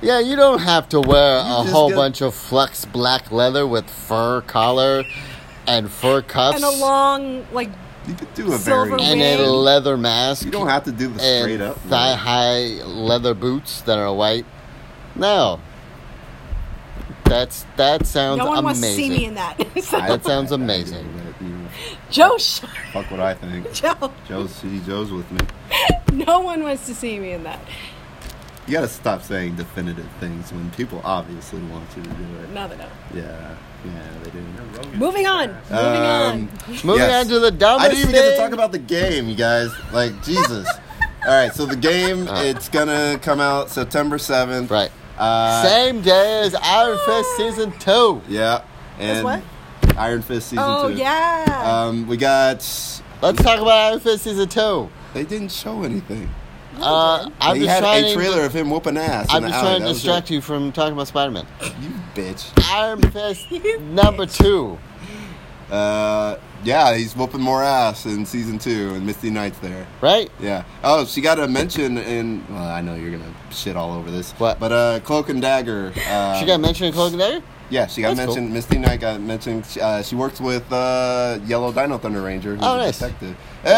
S1: Yeah, you don't have to wear
S3: You
S1: a
S3: just
S1: whole
S3: get-
S1: bunch of flex black leather with fur collar and fur cuffs
S2: and a long like
S3: You could do a
S2: Silver
S3: very.
S1: and a
S2: wig.
S1: leather mask.
S3: You don't have to do the straight
S1: and
S3: up. one.
S1: thigh high leather boots that are white. No, that's that sounds
S2: no one wants to
S1: amazing.
S2: see me in that. [LAUGHS] So,
S3: I-
S1: That sounds
S3: I- I do
S1: amazing.
S3: that, you know.
S2: Joe, sh-
S3: fuck what I
S2: [LAUGHS]
S3: think.
S2: Joe,
S3: Joe's, see, Joe's with me.
S2: no one wants to see me in that.
S3: You gotta stop saying definitive things when people obviously want you to do it.
S2: No, no, no.
S3: Yeah, yeah, they do.
S2: Moving on. Moving
S3: Um,
S2: on.
S1: Moving
S3: Yes.
S1: on to the dumbest
S3: I didn't even get to
S1: thing.
S3: talk about the game, you guys.
S1: [LAUGHS]
S3: Like Jesus. All right, so the game it's gonna come out September seventh.
S1: Uh. right.
S3: Uh,
S1: Same day as Iron Fist season two.
S3: Yeah. And
S2: what?
S3: Iron Fist season
S2: Oh
S3: two.
S2: yeah.
S3: Um, we got.
S1: Let's talk about Iron Fist season two.
S3: They didn't show anything.
S1: Uh, I'm
S3: they
S1: just
S3: had
S1: trying.
S3: a trailer of him whooping ass.
S1: I'm
S3: in the
S1: just
S3: alley.
S1: trying
S3: That
S1: to
S3: was
S1: distract you from talking about Spider-Man.
S3: it. you, bitch.
S1: Iron Fist [LAUGHS] number two.
S3: Uh, yeah, he's whooping more ass in season two, and Misty Knight's there.
S1: Right?
S3: Yeah. Oh, she got a mention in. Well, I know you're gonna shit all over this.
S1: What?
S3: But uh, Cloak and Dagger. Uh,
S1: She got mentioned in Cloaking Dagger?
S3: Yeah, she got
S1: That's cool.
S3: mentioned. Misty Knight got mentioned. Uh, she works with uh, Yellow Dino Thunder Ranger, who's
S1: Oh,
S3: a
S1: nice.
S3: detective. Hey,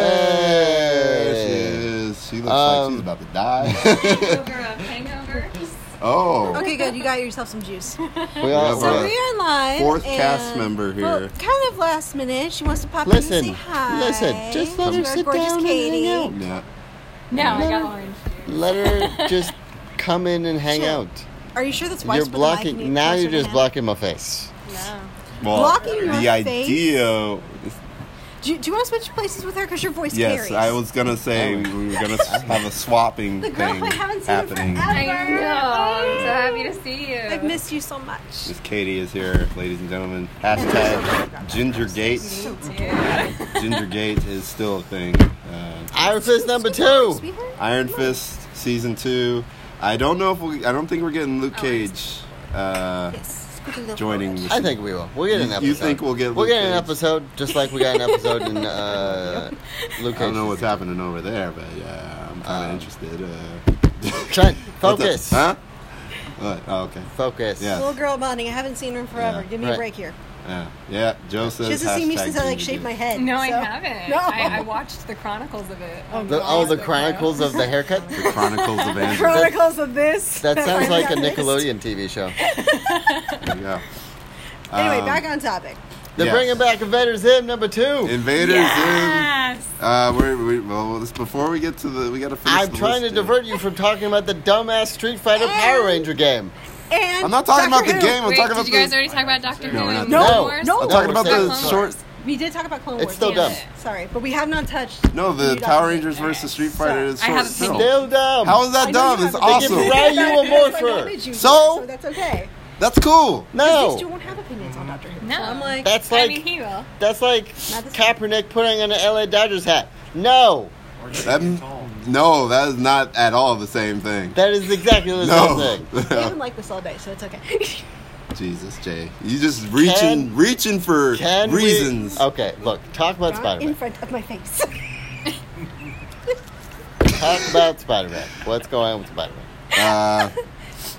S3: there
S1: Hey.
S3: she is. She looks like
S1: Um,
S3: she's about to die. [LAUGHS]
S4: over of hangovers.
S3: oh,
S2: okay, good. You got yourself some juice.
S1: We all
S3: have
S2: So
S3: Alright.
S2: we are live.
S3: Fourth
S2: and-
S3: cast member here.
S2: Well, kind of last minute. She wants to pop in and
S1: Listen,
S2: say hi.
S1: listen, just let
S2: to
S1: her
S2: our
S1: sit
S2: gorgeous
S1: down and hang
S2: Katie.
S1: out.
S3: yeah.
S4: No, I
S1: No.
S4: got orange. juice.
S1: uh, let her just come in and hang
S2: Sure.
S1: out.
S2: Are you sure that's why
S1: you're blocking now. You're just blocking my face.
S4: No.
S3: Well,
S2: Blocking your
S3: the
S2: face?
S3: idea.
S2: Do you, do you want to switch places with her because your voice
S3: Yes,
S2: carries?
S3: I was gonna say we we were
S1: [LAUGHS]
S3: gonna s- have a swapping
S2: The girl
S3: thing
S2: I haven't seen in
S3: happening.
S2: forever.
S4: I know. I'm so happy to see you.
S2: I've missed you so much.
S3: Miss Katie is here, ladies and gentlemen. Hashtag Ginger
S2: [LAUGHS]
S3: Gates.
S4: you.
S3: Ginger Gate is still a thing. Uh,
S1: Iron Fist number
S2: Sweetheart,
S1: two.
S2: sweetheart.
S3: Iron Fist season two. I don't know if we. I don't think we're getting Luke
S4: Oh, I
S3: Cage. Uh,
S2: Yes. Look
S3: joining.
S2: forward.
S3: the
S1: I think we will. We'll get an
S3: You-
S1: episode.
S3: you think we'll get
S1: We'll
S3: Luke
S1: get an
S3: Cage?
S1: episode just like we got an episode
S2: [LAUGHS]
S1: in uh, Luke.
S3: I don't know what's
S1: Cage's.
S3: happening over there, but yeah, I'm kind of
S1: Um,
S3: [LAUGHS] interested. Uh,
S1: Trent,
S3: What's
S1: focus.
S3: up? Huh? What? Oh, okay.
S1: Focus.
S3: Yeah.
S2: Little girl bonding. I haven't seen her in forever.
S3: Yeah,
S2: Give me a
S1: right.
S2: break here.
S3: Yeah. Yeah. Joe says.
S2: She hasn't seen me
S3: hashtag
S2: since I like
S3: Ginger
S2: shaved my
S3: Dude.
S2: head.
S4: No, I
S2: so-
S4: haven't.
S2: No.
S4: I, I watched the chronicles of it.
S2: Oh,
S1: The, oh, the Chronicles of the Haircut.
S3: The Chronicles
S2: [LAUGHS]
S3: of
S2: [LAUGHS]
S3: Andrew.
S2: Chronicles of this.
S1: That
S2: [LAUGHS]
S1: sounds like a
S2: Got this.
S1: Nickelodeon TV show.
S3: There you go.
S2: Anyway,
S3: Um,
S2: back on topic.
S1: They're
S3: Yes.
S1: bringing back Invaders Zim number two.
S3: Invaders
S4: Yes.
S3: in. Uh, we're, we, well, this, before we get to the, we gotta finish.
S1: I'm
S3: the
S1: trying to
S3: list, dude.
S1: divert you from talking about the dumbass Street Fighter Power Ranger game.
S2: And
S3: I'm not talking
S2: Doctor
S3: about the
S2: Who.
S3: game. I'm
S4: Wait,
S3: talking
S4: did
S3: about
S4: you guys
S3: the.
S4: already talk about Doctor
S3: No,
S4: Who?
S3: we're
S4: and
S3: not-
S4: Clone
S1: No,
S4: Wars?
S2: no.
S3: I'm talking about
S1: Clone
S3: the
S1: Wars.
S3: short.
S2: We did talk about Clone
S1: It's
S2: Wars.
S1: still
S2: yes.
S1: dumb.
S2: Sorry, but we have not touched.
S3: No, the
S2: New
S3: Power
S2: Doctor Who.
S3: Rangers versus Street Fighter is
S4: I
S3: short.
S4: have a
S3: film.
S4: opinion.
S1: Still dumb.
S3: Oh. How is
S2: I
S3: that
S2: know you
S3: dumb? It's
S2: have a
S1: They
S3: awesome.
S1: give Ryu a
S2: That's why I
S1: Morpher.
S2: wanted you,
S3: So?
S2: so that's okay.
S3: That's cool.
S2: These two
S1: No,
S2: won't have opinions on Doctor Who.
S4: No.
S2: so I'm like,
S1: that's
S4: I
S1: like
S4: mean, he will.
S1: that's like
S2: this-
S1: Kaepernick putting on an LA Dodgers hat. No,
S3: That, no, that is not at all the same thing.
S1: that is exactly the same
S3: no.
S1: thing.
S2: we haven't liked this all day, so it's okay.
S3: [LAUGHS] Jesus, Jay, you just reaching,
S1: Can-
S3: reaching for
S1: Can we-
S3: reasons.
S1: okay, look, talk about
S2: Not
S1: Spider
S2: in
S1: Man.
S2: front of my
S3: [LAUGHS]
S2: face.
S1: Talk about Spider Man. What's going on with Spider Man?
S3: Uh,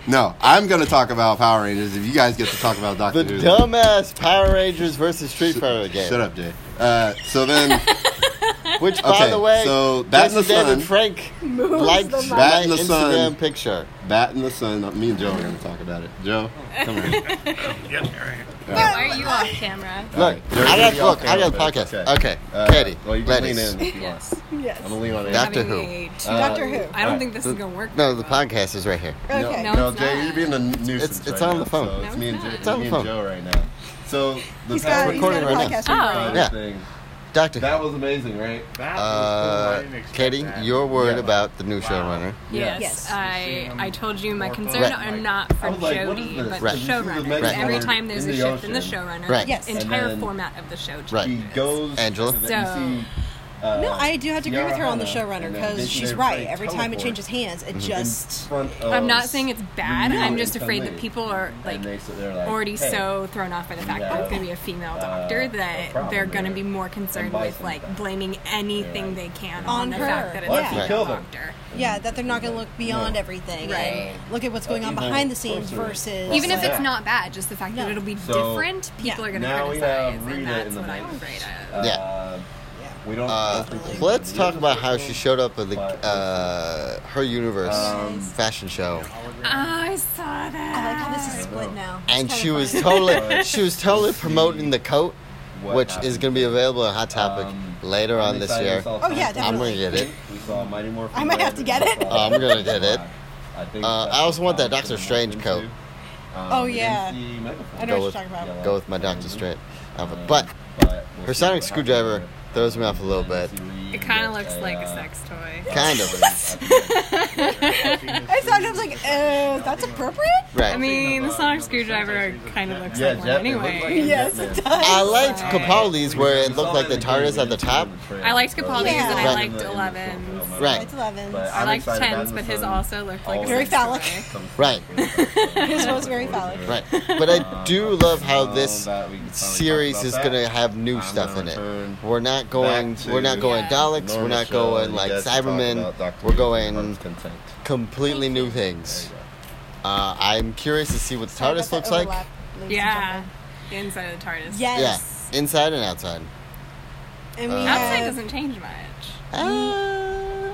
S3: no, I'm gonna talk about Power Rangers. If you guys get to talk about Doctor
S1: The
S3: Who,
S1: dumbass Power Rangers versus Street Fighter game.
S3: shut up, Jay. Uh,
S1: [LAUGHS]
S3: so then,
S1: Which, by
S3: Okay,
S1: the way,
S3: so Bat in the
S1: Jesse David
S3: Sun-
S1: Frank
S2: Moves
S1: liked
S2: the
S3: Bat
S1: my
S3: in the
S1: Instagram
S3: Sun.
S1: picture.
S3: Bat and the Sun. Me and Joe are gonna talk about it. Joe, come here.
S4: Why are you off camera?
S1: Look,
S3: Alright, Joe's
S1: I
S3: gonna
S1: got
S3: be
S1: look,
S3: off
S1: I got a
S3: camera, but it's
S1: podcast. Okay,
S3: Uh,
S1: Katie,
S3: Well, you can lean
S1: ladies.
S3: in if you want.
S4: Yes.
S2: yes.
S3: I'm gonna lean on it.
S1: Doctor
S4: Having
S1: Who. Uh,
S4: engaged.
S2: Doctor Who.
S4: I don't think this is gonna work.
S1: No, the podcast is right here.
S2: Okay.
S3: No,
S4: No,
S3: no
S4: it's
S3: Jay,
S4: not.
S3: you're being a nuisance.
S1: It's- it's
S3: right
S1: on
S3: now,
S1: the phone.
S3: So it's
S4: No,
S3: me and
S4: it's
S3: Jay,
S4: not. It's
S1: on
S3: me
S1: the
S3: and
S1: phone.
S3: Joe right now. So the
S2: He's
S3: Power
S2: got, he's got
S1: recording
S2: a
S1: right now.
S2: podcast.
S4: Oh.
S2: recording.
S1: Yeah.
S3: Uh, thing.
S1: Doctor
S3: That
S1: Who.
S3: was amazing, right?
S1: Uh, Katie, your word about the new showrunner.
S4: Yes,
S2: Yes.
S4: I I told you my concern
S1: Right.
S4: are not
S3: I
S4: for
S3: was like, what is
S4: Jody,
S3: this?
S4: but
S1: Right. This
S4: the
S1: is
S3: the
S4: showrunner.
S3: Megxit
S4: Every
S3: in
S4: time there's
S3: the
S4: a shift in the
S3: ocean.
S4: showrunner,
S1: Right.
S2: Yes. And
S4: entire
S3: then-
S4: format of the show changes.
S1: Right.
S3: He goes.
S1: Angela?
S3: and then you
S4: So-
S3: see, uh,
S2: No, I do have to agree with her on the
S3: Yarhana
S2: showrunner
S3: and then
S2: because
S3: Vision
S2: she's
S3: Day
S2: right.
S3: Frank
S2: Every time it
S3: teleport
S2: changes hands, it
S3: in
S2: just.
S3: front of
S4: I'm not saying it's bad.
S3: Renee
S4: I'm just
S3: and
S4: afraid that
S3: Khalid.
S4: people are like
S3: And they- so they're like,
S4: already
S3: hey,
S4: so thrown off by the fact
S3: we
S4: that
S3: have,
S4: it's going to be a female
S3: uh,
S4: doctor
S3: a
S4: that
S3: problem
S4: they're going to
S3: here.
S4: be more concerned
S3: And
S4: with
S3: bison
S4: like
S3: stuff.
S4: blaming anything they can on,
S2: On
S4: the
S2: her.
S4: fact that it's
S2: Why
S4: a
S2: don't
S3: you
S4: female
S3: kill them?
S4: doctor.
S2: Yeah, that they're not going to look beyond everything.
S4: Right.
S2: and Look at what's going on
S3: Evil
S2: behind the scenes
S3: sorcerer.
S2: versus.
S3: Well,
S4: Even if
S3: yeah.
S4: it's not bad, just the fact
S2: No.
S4: that it'll be
S3: So,
S4: different, people
S2: yeah.
S4: are going to
S3: Now we have
S4: criticize, and
S3: Rita in
S4: that's
S3: the
S4: what I'm
S3: mix.
S4: afraid of.
S3: Uh,
S1: Yeah.
S3: We don't.
S1: Uh, let's talk about how she showed up at the uh, her universe
S3: Um,
S1: fashion show,
S4: oh, I saw
S2: I like how Oh this is
S4: that.
S2: split now. It's
S1: and
S2: kinda
S1: she was
S2: funny.
S3: [LAUGHS]
S1: totally she was totally promoting the coat,
S3: What
S1: which
S3: happened.
S1: is going to be available on Hot Topic
S3: Um,
S1: later on this year.
S2: Oh, yeah,
S1: I'm
S2: definitely.
S1: going to get Uh, it.
S3: [LAUGHS] We saw Mighty Morphin
S2: I might have
S3: Red,
S2: to get
S3: we
S2: it.
S3: saw-
S1: I'm gonna get it.
S3: I, think
S1: Uh,
S3: that's
S1: I also want that
S3: something
S1: Doctor
S3: I'm
S1: Strange
S3: into.
S1: coat.
S3: Um,
S2: Oh,
S3: we didn't
S2: yeah.
S3: see Megaforce.
S2: I know
S1: Go
S2: what you're
S1: with-
S2: talking about.
S1: Go with my Doctor Strange outfit,
S3: Um,
S1: but
S3: but we'll
S1: her
S3: see
S1: sonic
S3: what
S1: screwdriver
S3: happens
S1: throws me off a little bit.
S3: here.
S4: It kind of looks
S3: Uh,
S4: like a sex toy.
S1: Kind
S2: [LAUGHS]
S1: of.
S2: I thought I was like, uh,
S1: [LAUGHS]
S2: that's appropriate?
S1: Right.
S4: [LAUGHS] I mean, the sonic screwdriver kind of looks
S3: Yeah,
S4: like one
S3: definitely looks like
S4: anyway.
S3: it.
S2: Yes, it
S3: Yes.
S2: does.
S1: I liked
S4: Right.
S1: Capaldi's where it
S3: We
S1: looked
S3: saw
S1: like the
S3: that in
S1: TARDIS had the
S3: game,
S1: top.
S3: we didn't see it in the
S4: I liked
S3: trailer.
S4: Capaldi's
S2: Yeah.
S4: and
S1: Right.
S4: I liked Eleven's.
S1: Right.
S2: It's 11.
S3: But
S4: I
S3: I'm
S4: liked
S3: excited about
S4: Ten's,
S3: it.
S4: but his
S3: Sun
S4: also looked like a
S2: Very
S4: sex
S2: phallic.
S4: toy.
S3: comes
S1: Right.
S3: from the-
S2: His was very phallic.
S1: Right. But I do love how
S3: Um,
S1: this
S3: that we can finally talk
S1: series
S3: about
S1: is
S3: that.
S1: going to have new
S3: I'm
S1: stuff in
S3: gonna
S1: it.
S3: return
S1: We're not going
S3: back to
S1: we're not going
S4: Yeah.
S1: Daleks, we're
S3: Normal
S1: not
S3: show,
S1: going
S3: you
S1: like
S3: guys can talk
S1: Cybermen.
S3: about Dr.
S1: We're
S3: Who
S1: going
S3: Heart's Content.
S1: completely new
S3: There
S1: things.
S3: you
S1: Uh, I'm curious to see what the
S2: Sorry
S1: TARDIS
S2: about
S1: looks
S2: that
S1: like.
S2: overlap, ladies
S4: [LAUGHS] Yeah,
S2: and
S4: the inside of the TARDIS.
S2: gentlemen. Yes.
S1: Yeah, inside and outside.
S2: And we
S1: Uh,
S4: Outside
S2: have,
S4: doesn't change much.
S1: Uh,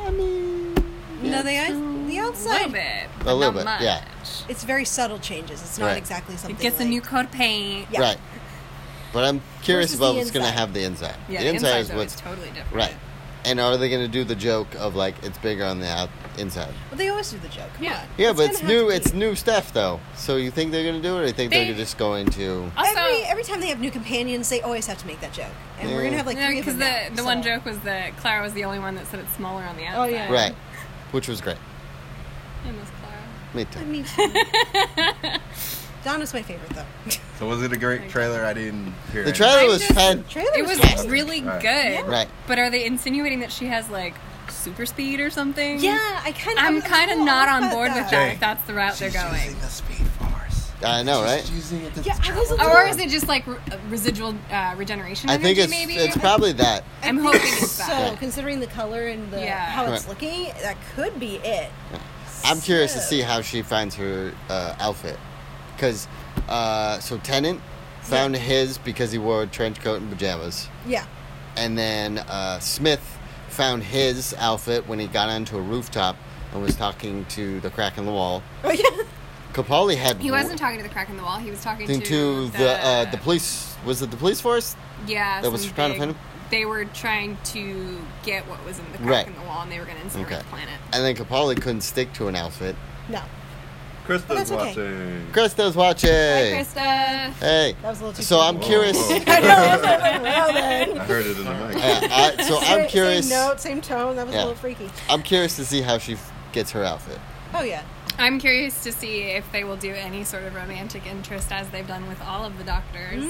S1: I mean,
S2: no, the, outs- the
S4: A little
S2: outside,
S4: bit.
S1: A
S4: but
S1: little
S4: not
S1: bit,
S4: much.
S1: yeah.
S2: it's very subtle changes. It's not
S1: Right.
S2: exactly something
S4: It gets a
S2: like-
S4: new coat of paint.
S2: Yeah.
S1: Right. But I'm curious
S2: Versus
S1: about
S2: the
S1: what's going to
S2: inside.
S1: have the inside.
S4: Yeah,
S1: the inside is
S4: though,
S1: what's
S4: totally different.
S1: right. And are they going to do the joke of like it's bigger on the out- inside?
S2: Well, they always do the joke. Come
S4: Yeah.
S2: on.
S1: Yeah, but
S2: gonna
S1: it's
S2: have to
S1: new.
S2: be.
S1: It's new stuff though. So you think they're going to do it, or you think they,
S4: They-
S1: are just going to?
S4: Also,
S2: every every time they have new companions, they always have to make that joke, and we're
S1: Yeah.
S2: gonna have like three of
S4: because
S2: them. now,
S4: the, the
S2: so-
S4: one joke was that Clara was the only one that said it's smaller on the outside.
S2: Oh, yeah.
S1: Right. Which was great.
S4: I miss Clara.
S1: Me
S2: I
S1: too.
S2: mean, [LAUGHS] Donna's my favorite though. [LAUGHS]
S3: go. So was it a great trailer? I didn't hear.
S1: The
S3: it.
S1: trailer was
S4: just-
S1: fun.
S2: Trailer
S4: It was
S2: awesome.
S4: really
S3: Right.
S4: good.
S1: Right.
S4: But are they insinuating that she has like super speed or something?
S2: Yeah, I kind of.
S4: I'm kind of not on board with that.
S3: Hey,
S4: If that's the route they're going.
S3: the Speed Force.
S1: I know, right?
S5: Just using it to
S2: Yeah, I was a little.
S4: Or is it just like re- residual uh, regeneration
S1: I
S4: energy?
S1: think it's
S4: maybe
S1: it's probably that.
S4: I'm hoping it's
S2: so.
S4: that.
S2: Considering the color and the
S4: Yeah.
S2: how it's
S1: Right.
S2: looking, that could be it.
S1: I'm curious to
S2: So-
S1: see how she finds her uh, outfit, because uh, so Tennant found his because he wore a trench coat and pajamas,
S4: [LAUGHS]
S2: Yeah, [LAUGHS]
S1: and then uh, Smith found his outfit when he got onto a rooftop and was talking to the crack in the wall.
S2: oh yeah,
S1: Capaldi had
S4: He wasn't talking to the crack in the wall. He was talking
S1: thing
S4: to,
S1: to the uh, the police. Was it the police force?
S4: Yeah,
S1: that was
S4: some
S1: trying to
S4: big-
S1: find him?
S4: They were trying to get what was in the crack
S1: Right.
S4: in the wall, and they were going to incinerate
S1: Okay.
S4: the planet.
S1: And then Capaldi couldn't stick to an outfit.
S2: no,
S3: Krista's
S2: that's okay.
S3: watching.
S1: Krista's watching.
S4: Hi, Krista.
S1: Hey.
S2: that was a little too.
S1: So I'm
S3: Whoa,
S1: curious. uh,
S3: whoa.
S2: I know. that's what [LAUGHS] I'm like, well then.
S3: I heard it in the
S1: [LAUGHS]
S3: mic.
S1: Yeah, I-
S2: [LAUGHS]
S1: so I'm
S2: Same-
S1: curious.
S2: Same note, same tone. That was
S1: Yeah.
S2: a little freaky.
S1: I'm curious to see how she f- gets her outfit.
S2: Oh yeah.
S4: I'm curious to see if they will do any sort of romantic interest as they've done with all of the doctors.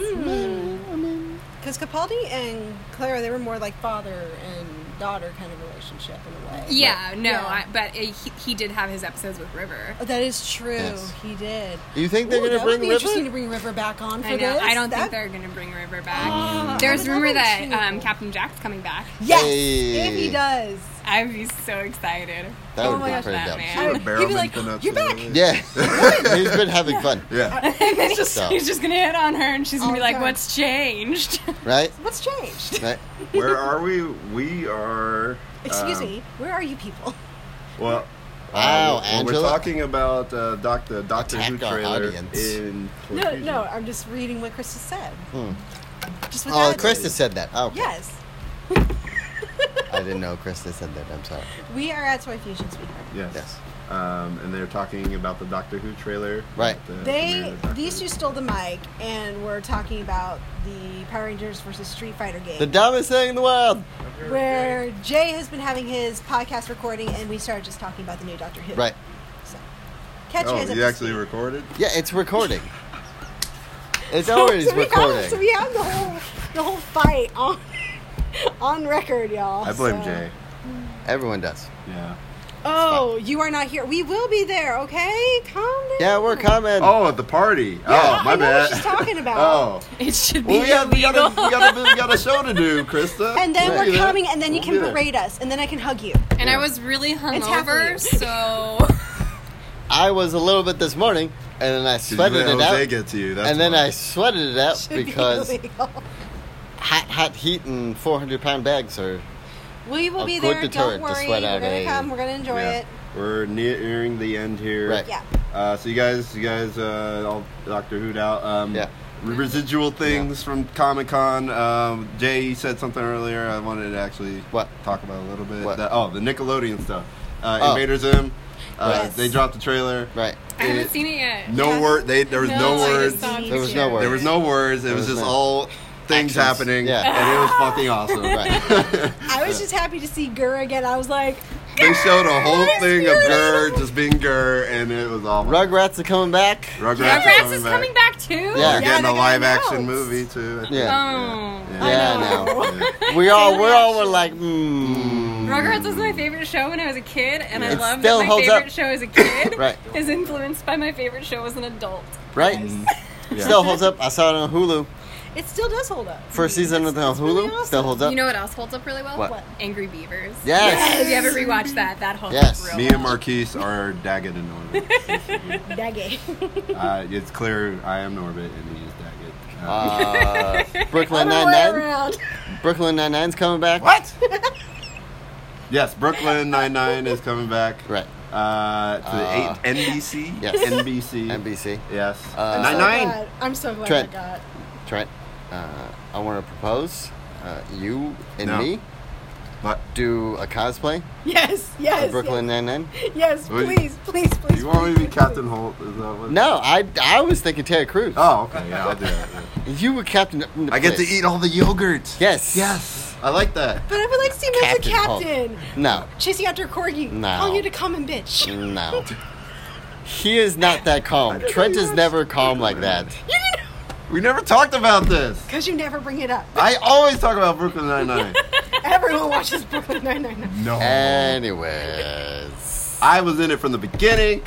S2: Because Capaldi and Clara, they were more like father and daughter kind of relationship in a way.
S4: Yeah, no,
S2: Yeah.
S4: I, but uh, he, he did have his episodes with River.
S2: That is true.
S1: Yes.
S2: He did.
S1: Do you think they're
S2: Ooh,
S1: gonna
S2: that
S1: bring
S2: would be
S1: River?
S2: interesting to bring River back on for
S4: I know.
S2: this.
S4: I don't
S2: That-
S4: think they're going to bring River back.
S2: Oh, I
S4: There's
S2: would
S4: rumor
S2: love
S4: that
S2: it to.
S4: um, Captain Jack's coming back.
S2: Yes,
S1: Hey.
S2: if he does.
S4: I'd be so excited.
S1: That
S2: Oh
S1: would
S2: my
S1: be
S2: gosh,
S1: pretty
S4: that
S1: dope.
S4: man.
S2: I would-
S5: Barrelman
S2: he'd be like,
S5: been up
S2: "You're
S5: to the
S2: back."
S1: [LAUGHS]
S5: lid.
S1: Yeah, [LAUGHS] he's been having fun,
S5: Yeah.
S4: And then [LAUGHS] he's just,
S1: So-
S4: he's just going to hit on her, and she's going
S2: All
S4: to be
S2: the
S4: like,
S2: time.
S4: what's changed? [LAUGHS]
S1: right?
S2: What's changed?
S1: Right?
S3: Where are we? We are.
S2: [LAUGHS] Excuse
S3: um,
S2: me. Where are
S1: [LAUGHS]
S2: you people?
S3: Well,
S1: Wow,
S3: uh,
S1: Angela.
S3: We're talking about uh, doc, the Doctor Who
S1: Attack our
S3: trailer
S1: audience.
S3: in.
S2: No,
S3: confusion.
S2: no. I'm just reading what Krista said. Just
S1: Hmm. Oh,
S2: without.
S1: Krista said that. Oh, okay.
S2: Yes,
S1: I didn't know Krista said that. I'm sorry.
S2: we are at Toy Fusion, sweetheart.
S3: Yes.
S1: Yes.
S3: Um, and they're talking about the Doctor Who trailer.
S1: Right.
S3: The premiere
S2: They
S3: of the Doctor
S2: these
S3: Who.
S2: two stole the mic and were talking about the Power Rangers versus Street Fighter game.
S1: The dumbest thing in the world.
S2: where Jay has been having his podcast recording, and we started just talking about the new Doctor Who.
S1: Right.
S2: So, catch you guys
S3: Oh,
S2: up
S3: you
S2: to
S3: actually
S2: speed.
S3: recorded?
S1: Yeah, it's recording. It's [LAUGHS] always
S2: so we Have, so
S1: recording.
S2: we have the whole the whole fight on [LAUGHS] on record, y'all.
S3: I blame
S2: so-
S3: Jay.
S1: Everyone does.
S3: Yeah.
S2: Oh, you are not here. We will be there. Okay, calm down.
S1: Yeah, we're coming.
S3: Oh, at the party.
S2: Yeah,
S3: oh, my
S2: I know
S3: bad.
S2: what she's talking about.
S3: [LAUGHS]
S2: [LAUGHS]
S3: oh.
S4: It should be
S3: Well, we got, we, got [LAUGHS]
S4: illegal.
S3: a, we, got a, we got a show to do, Krista.
S2: And then
S3: We'll
S2: we're
S3: be there.
S2: coming, and then you
S3: We'll
S2: can
S3: be there.
S2: berate us, and then I can hug you. [LAUGHS]
S4: and
S3: Yeah.
S4: I was really
S2: happening.
S4: hungover, so [LAUGHS]
S1: I was a little bit this morning, and then I
S3: 'Cause you
S1: sweated
S3: let
S1: it
S3: Jose
S1: out.
S3: get to you. That's
S1: and then
S3: why.
S1: I sweated it out
S2: Should be [LAUGHS]
S1: because
S2: illegal.
S1: hot, hot heat and 400 pound bags are.
S2: we will
S1: a
S2: be
S1: good
S2: there. Don't
S1: deterrent to
S2: worry. We're
S1: sweat out
S2: gonna
S1: a-
S2: come. We're gonna enjoy
S3: Yeah.
S2: it.
S3: We're nearing the end here.
S1: Right.
S2: Yeah.
S3: Uh, so you guys, you guys, uh, all Doctor Who'd out. Um,
S1: Yeah.
S3: Residual things from Comic Con. Um, Jay you said something earlier. I wanted to actually
S1: What?
S3: talk about a little bit.
S1: What?
S3: That- oh, the Nickelodeon stuff. Uh,
S1: Oh.
S3: Invader Zim. Uh,
S2: Yes.
S3: They dropped the trailer.
S1: Right.
S4: I haven't seen it yet.
S3: No
S2: Yeah.
S3: word. They there was no,
S4: I just
S3: words.
S4: saw it
S1: There was no
S4: today.
S1: words.
S3: There was no words. It
S1: There
S3: was
S1: was
S3: just
S1: no-
S3: all things
S1: Actions.
S3: happening.
S1: Yeah.
S3: And it was fucking awesome.
S1: Right.
S2: I was just happy to see Gurr again. I was like,
S3: They showed a whole
S2: Yes,
S3: thing of
S2: beautiful.
S3: Gurr just being Gurr, and it was all
S1: [LAUGHS] Rugrats are coming back.
S3: Rugrats,
S4: Rugrats is coming back too.
S1: Yeah.
S3: They're getting
S2: they
S3: a
S2: got
S3: live action
S2: announced.
S3: movie too. I think.
S1: Yeah.
S4: Oh.
S1: Yeah,
S2: I know.
S3: Yeah.
S1: We all, we're all, were like, mmm.
S4: Rugrats was my favorite show when I was a kid, and I
S1: It
S4: love
S1: still
S4: that my
S1: holds
S4: favorite
S1: up.
S4: show as a kid
S1: [LAUGHS] Right.
S4: is influenced by my favorite show as an adult.
S1: Right?
S3: Yeah.
S1: Still holds up. I saw it on Hulu.
S2: it still does hold up.
S1: First season of the Hulu
S2: really
S1: still
S2: awesome.
S1: holds up.
S4: You know what else holds up really well?
S1: What? What?
S4: Angry Beavers.
S1: yes.
S4: If you ever rewatch that, that holds
S1: Yes. [LAUGHS]
S4: up real
S3: Me and
S4: well.
S3: Marquise are Daggett and Norbit.
S2: [LAUGHS] Daggy.
S3: uh, it's clear I am Norbit and he is Daggett. Uh,
S1: Uh,
S2: [LAUGHS]
S1: Brooklyn
S2: Other
S1: Nine
S2: way
S1: Nine.
S2: around.
S1: Brooklyn Nine Nine's coming back. [LAUGHS]
S3: what? yes, Brooklyn Nine Nine is coming back.
S1: Right.
S3: Uh, to
S1: Uh,
S3: the eight, NBC.
S1: yes.
S3: NBC.
S1: NBC.
S3: Yes.
S1: Uh,
S3: Nine
S2: so
S3: Nine.
S2: glad. Oh I'm so glad
S1: Trent.
S2: I got.
S1: Trent, uh, I want to propose. Uh, you and
S3: No.
S1: me
S3: What?
S1: do a cosplay
S2: Yes,
S1: of
S2: yes.
S1: Brooklyn Nine Nine.
S2: Yes, yes
S3: Wait.
S2: please, please, please.
S3: You want me to be
S2: please,
S3: Captain Holt? Is that what?
S1: No, I, I was thinking Terry Crews.
S3: Oh, okay. Yeah, I'll do that.
S1: [LAUGHS]
S3: yeah.
S1: You were Captain.
S3: I get to eat all the yogurt.
S1: Yes.
S3: Yes. I like that.
S2: But I would like to see him
S1: Captain
S2: as a
S1: Hulk.
S2: captain.
S1: No,
S2: Chasing after Corgi.
S1: No. Mm.
S2: Telling you to come and bitch. You
S1: no. He is not that calm. Trent is never calm like that.
S2: didn't.
S3: We never talked about this.
S2: [LAUGHS] Because you never bring it up.
S3: I always talk about
S1: [LAUGHS]
S3: Brooklyn Nine Nine. Oh.
S2: Everyone watches Brooklyn Nine Nine Nine.
S3: no.
S1: Anyways,
S3: I was in it from the beginning,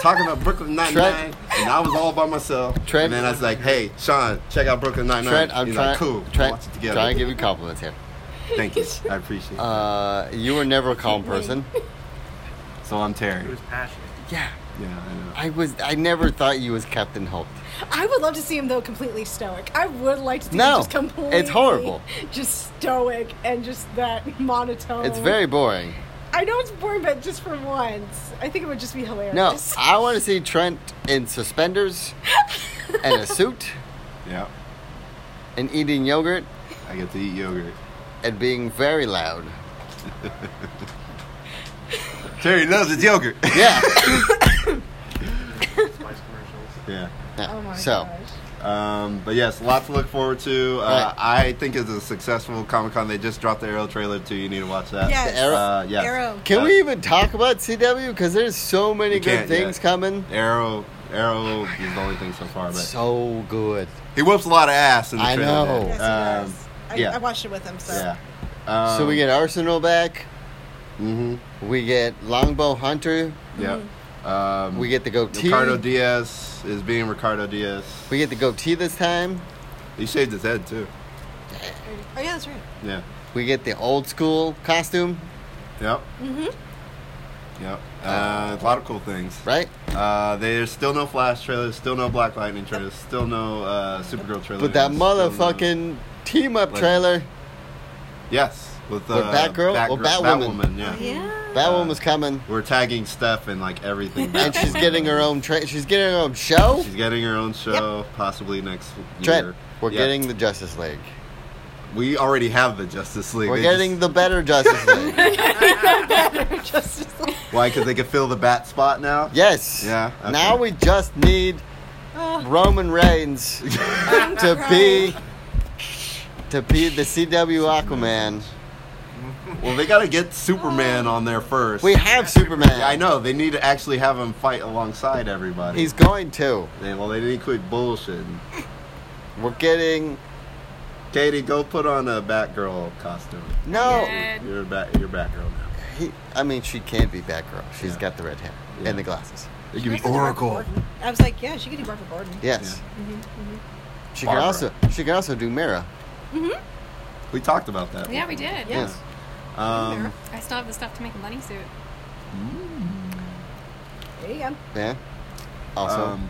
S3: talking about Brooklyn Nine Nine,
S1: Trent-
S3: and I was all by myself.
S1: Trent-
S3: and then I was like, "Hey, Sean, check out Brooklyn Nine Nine."
S1: Trent, I'm
S3: He's
S1: trying.
S3: like, "Cool, we'll
S1: Trent,
S3: watch it together."
S1: trying to give you compliments here.
S3: Thank you, I appreciate it.
S1: Uh, you were never a
S3: [LAUGHS]
S1: calm person.
S3: So I'm
S5: It
S3: Terry.
S5: was passionate.
S1: Yeah,
S3: Yeah, I know.
S1: I was. I never thought you was Captain Holt.
S2: I would love to see him though completely stoic. I would like to see
S1: No,
S2: him just completely
S1: it's horrible.
S2: Just stoic and just that monotone.
S1: It's very boring.
S2: I know it's boring, but just for once, I think it would just be
S1: No,
S2: hilarious.
S1: I want to see Trent in suspenders and a suit
S3: Yeah,
S1: and eating yogurt
S3: I get to eat yogurt.
S1: and being very loud.
S3: Terry loves his yogurt.
S1: Yeah.
S5: Spice commercials.
S3: [LAUGHS] yeah.
S2: [LAUGHS] [LAUGHS] Oh my
S1: so,
S2: gosh.
S3: Um, but yes, a lot to look forward to. Uh, I think it's a successful Comic Con. They just dropped the Arrow trailer too. You need to watch that.
S4: Yes.
S1: Arrow-
S3: Uh, yes.
S4: Arrow.
S1: can we even talk about CW? Because there's so many
S3: We
S1: good
S3: can't yet.
S1: things coming.
S3: Arrow. Arrow is the only thing so far, but
S1: So good.
S3: he whoops a lot of ass in the
S1: I
S3: trailer.
S1: know.
S2: Yes, he
S3: Um,
S2: does. I,
S3: yeah.
S2: I watched it with him, so
S3: yeah. Um,
S1: so we get Arsenal back.
S3: hmm
S1: We get Longbow Hunter.
S3: Yeah. Um,
S1: We get the goatee.
S3: Ricardo Diaz is being Ricardo Diaz.
S1: We get the goatee this time.
S3: He shaved his head too.
S2: Oh yeah, that's right.
S3: Yeah.
S1: We get the old school costume,
S3: Yep. Mm-hmm. Yep. Uh, a lot of cool things.
S1: right?
S3: Uh, there's still no Flash trailer, still no Black Lightning trailer, still no uh, Supergirl trailer.
S1: But that
S3: still no-
S1: motherfucking team up
S3: Like-
S1: trailer,
S3: Yes, with, uh,
S1: With Batgirl? Well, Batwoman. Oh,
S3: yeah.
S2: Yeah.
S1: that
S3: Uh,
S1: one was coming.
S3: We're tagging Steph and like everything.
S1: And she's
S3: Batwoman.
S1: getting her own tra- she's getting her own show.
S3: She's getting her own show, possibly next
S1: Trent,
S3: year.
S1: we're
S3: Yeah.
S1: getting the Justice League.
S3: We already have the Justice League.
S1: We're
S3: They
S1: getting
S3: just-
S1: the better
S3: [LAUGHS]
S1: Justice League.
S2: [LAUGHS] Just
S3: why? Because they can fill the Bat spot now.
S1: yes.
S3: Yeah, okay.
S1: Now we just need
S2: oh,
S1: Roman Reigns [LAUGHS] to be to be the CW Aquaman.
S3: Well, they gotta get Superman on there first.
S1: We have Superman.
S3: Yeah, I know they need to actually have him fight alongside everybody.
S1: He's going to.
S3: They- well, they need to quit bullshitting.
S1: We're getting
S3: Katie, go put on a Batgirl costume.
S1: no.
S4: Yeah. Good.
S3: You're a bat. You're Batgirl now.
S1: He, I mean, she can't be Batgirl. She's
S3: Yeah.
S1: got the red hair
S3: Yeah.
S1: and the glasses.
S3: It
S2: She
S3: can
S2: could
S3: be
S2: do Barbara
S3: Oracle.
S2: Gordon. I was like, yeah, she could do Barbara Gordon.
S1: Yes.
S2: Mm-hmm,
S1: She
S3: Barbara.
S1: can also she can also do Mira.
S3: We talked about that.
S4: Yeah, we
S2: Yeah.
S4: did.
S1: Yes.
S3: Um,
S4: I still have the stuff to make a bunny suit.
S2: There you go.
S1: Yeah. Also,
S3: um,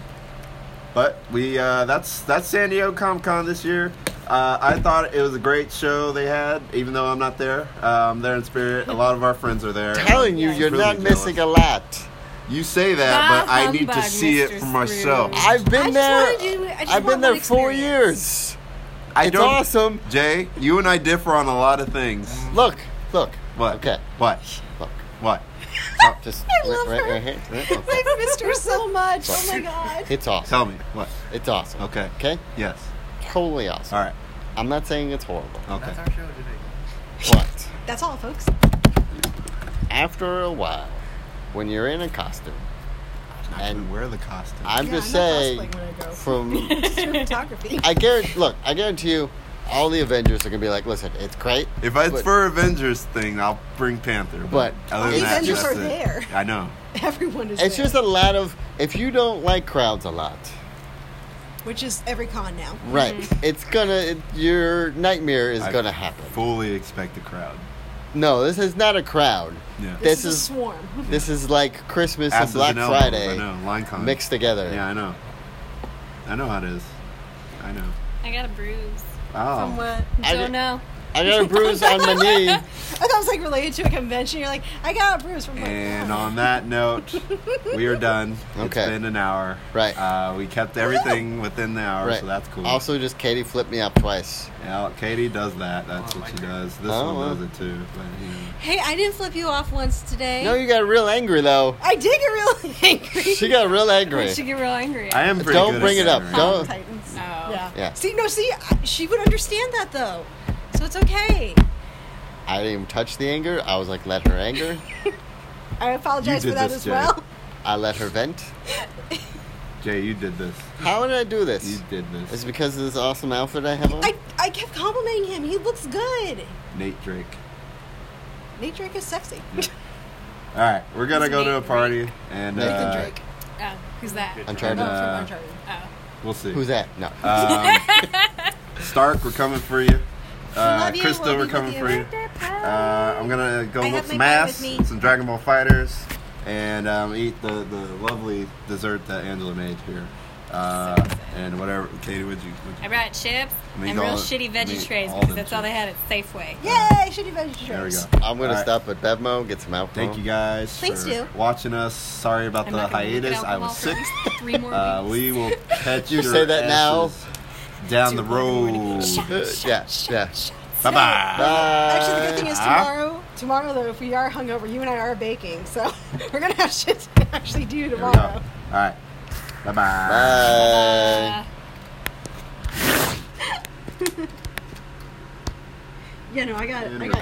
S3: but we uh, that's that's San Diego Comic Con this year. Uh, I thought it was a great show they had, even though I'm not there. Um, they're in spirit. A lot of our friends are there.
S1: telling you,
S3: It's
S1: you're
S3: really
S1: not
S3: jealous.
S1: missing a lot.
S3: You say that, but
S4: Ah,
S3: I need to
S4: humbug,
S3: see
S4: Mr.
S3: it for myself.
S4: Scrooge.
S1: I've
S2: I
S1: been
S2: just
S1: there.
S2: wanna do- I just
S1: I've been
S2: want
S1: there
S2: one
S1: four
S2: experience.
S1: years.
S3: I
S1: it's
S3: don't-
S1: awesome.
S3: Jay, you and I differ on a lot of things.
S1: Look, look,
S3: What?
S1: Okay.
S3: What?
S1: look.
S3: What?
S1: Just
S2: I
S1: right,
S2: love
S1: right,
S2: her.
S1: right
S2: [LAUGHS]
S1: here. Right, okay.
S2: I missed her so much. Oh my god.
S1: [LAUGHS] It's awesome.
S3: Tell me. What?
S1: It's awesome.
S3: Okay.
S1: Okay.
S3: Yes.
S1: Totally awesome.
S3: All right. Oh.
S1: I'm not saying it's horrible,
S3: Okay.
S5: That's our show today.
S1: but
S2: That's
S1: [LAUGHS]
S2: all, folks.
S1: after a while, when you're in a costume,
S3: I
S1: and
S3: didn't wear the costume.
S1: I'm
S2: Yeah,
S1: just
S2: I'm not
S1: saying,
S2: cosplaying when I go. [LAUGHS]
S1: from
S2: It's your photography.
S1: I guarantee. Look, I guarantee you, all the Avengers are gonna be like, "Listen, it's great."
S3: If it's
S1: but-
S3: for Avengers thing, I'll bring Panther. But,
S1: But
S3: other than
S1: it's
S3: that,
S1: Avengers
S3: that's
S2: are
S3: it.
S2: there.
S3: I know.
S2: Everyone is.
S1: It's
S2: there,
S1: just a lot of if you don't like crowds a lot,
S2: which is every con now.
S1: right? It's gonna it, your nightmare is
S3: I-
S1: gonna happen.
S3: Fully expect the crowd.
S1: No, this is not a crowd.
S3: Yeah.
S1: This
S2: This,
S1: is-
S2: is,
S1: Oh.
S2: a [LAUGHS] swarm.
S1: This is like Christmas
S3: Asses
S1: and Black
S3: elbows,
S1: Friday
S3: I know. Line con.
S1: mixed together.
S3: Yeah, I know. I know how it is. I know.
S4: I got a bruise.
S3: Oh.
S4: From what?
S1: I
S4: don't
S1: did-
S4: know.
S1: I got a bruise on my
S3: [LAUGHS]
S1: knee.
S2: I thought it was like related to a convention. You're like, I got a bruise from. like,
S3: And
S2: oh.
S3: on that note, we are done. It's
S1: Okay.
S3: been an hour.
S1: Right.
S3: Uh, we kept everything within the hour,
S1: Right.
S3: so that's cool.
S1: Also, just Katie flipped me up twice.
S3: Yeah, Katie does that. That's
S5: Oh,
S3: what
S5: my
S3: she
S5: God.
S3: does. This
S1: Oh,
S3: one
S1: well.
S3: does it too. But, you know.
S2: Hey, I didn't flip you off once today.
S1: No, you got real angry though.
S2: I did get really [LAUGHS] angry.
S1: She got real angry.
S4: She get real angry.
S3: I am pretty
S1: Don't
S3: good at
S1: bring it up.
S3: centering.
S1: Don't-
S2: Palm Titans.
S4: Oh.
S2: Yeah.
S1: Yeah.
S2: See, no, see, I- she would understand that though, so it's okay.
S1: I didn't even touch the anger. I was like, let her anger.
S2: I apologize
S3: You
S2: for
S3: did
S2: that
S3: this,
S2: as
S3: Jay.
S2: well.
S1: I let her vent.
S3: Jay, you did this.
S1: How did I do this?
S3: You did this.
S1: Is it because of this awesome outfit I have on?
S2: I, I kept complimenting him. He looks good.
S3: Nate Drake.
S2: Oh, Nate Drake is sexy.
S3: All right, we're gonna go to a party and
S1: Nathan
S3: uh,
S1: Drake.
S4: Oh, who's that?
S1: Uncharted.
S4: Oh, from
S3: Uh,
S4: Uncharted. Oh.
S3: we'll see.
S1: Who's that? No.
S3: Um,
S2: [LAUGHS]
S3: Stark, we're coming for you. Uh,
S2: Love you,
S3: Krista,
S2: we'll
S3: we're
S2: be
S3: coming
S2: with
S3: for
S2: you.
S3: you. Uh, I'm gonna go
S2: I
S3: look
S2: have
S3: some
S2: my bag
S3: ass,
S2: with me.
S3: some Dragon Ball Fighters, and um, eat the, the lovely dessert that Angela made here. Uh, and whatever, Katie, would you? Would
S4: I
S3: you
S4: brought chips
S3: Make
S4: and real
S3: all-
S4: shitty
S3: make
S4: veggie trays
S3: all
S4: because
S3: them
S4: that's all they
S3: chips.
S4: had at Safeway.
S2: Yay! Shitty veggie
S3: there we
S2: trays.
S3: go.
S1: I'm gonna
S3: All right.
S1: stop at Bevmo, get some alcohol.
S3: Thank you guys
S2: Thanks,
S3: for
S2: dude.
S3: watching us. Sorry about
S4: I'm
S3: the
S4: not gonna look at
S3: hiatus. I
S4: alcohol
S3: was
S4: for at
S3: sick.
S4: least Three
S3: [LAUGHS]
S4: more
S3: Uh,
S4: weeks.
S3: we will catch
S1: You
S3: your
S1: say that now?
S3: asses down the
S4: Two o'clock in the morning.
S3: road.
S4: Shut
S1: Uh, yeah, yeah.
S3: Bye bye.
S1: Bye.
S2: Actually, the good thing is
S3: Uh,
S2: tomorrow. Tomorrow, though, if we are hungover, you and I are baking, so [LAUGHS] we're gonna have shit to actually do
S3: Here we go.
S2: tomorrow.
S3: All right. Bye bye.
S1: Bye.
S4: Uh,
S2: Yeah, no, I got, I got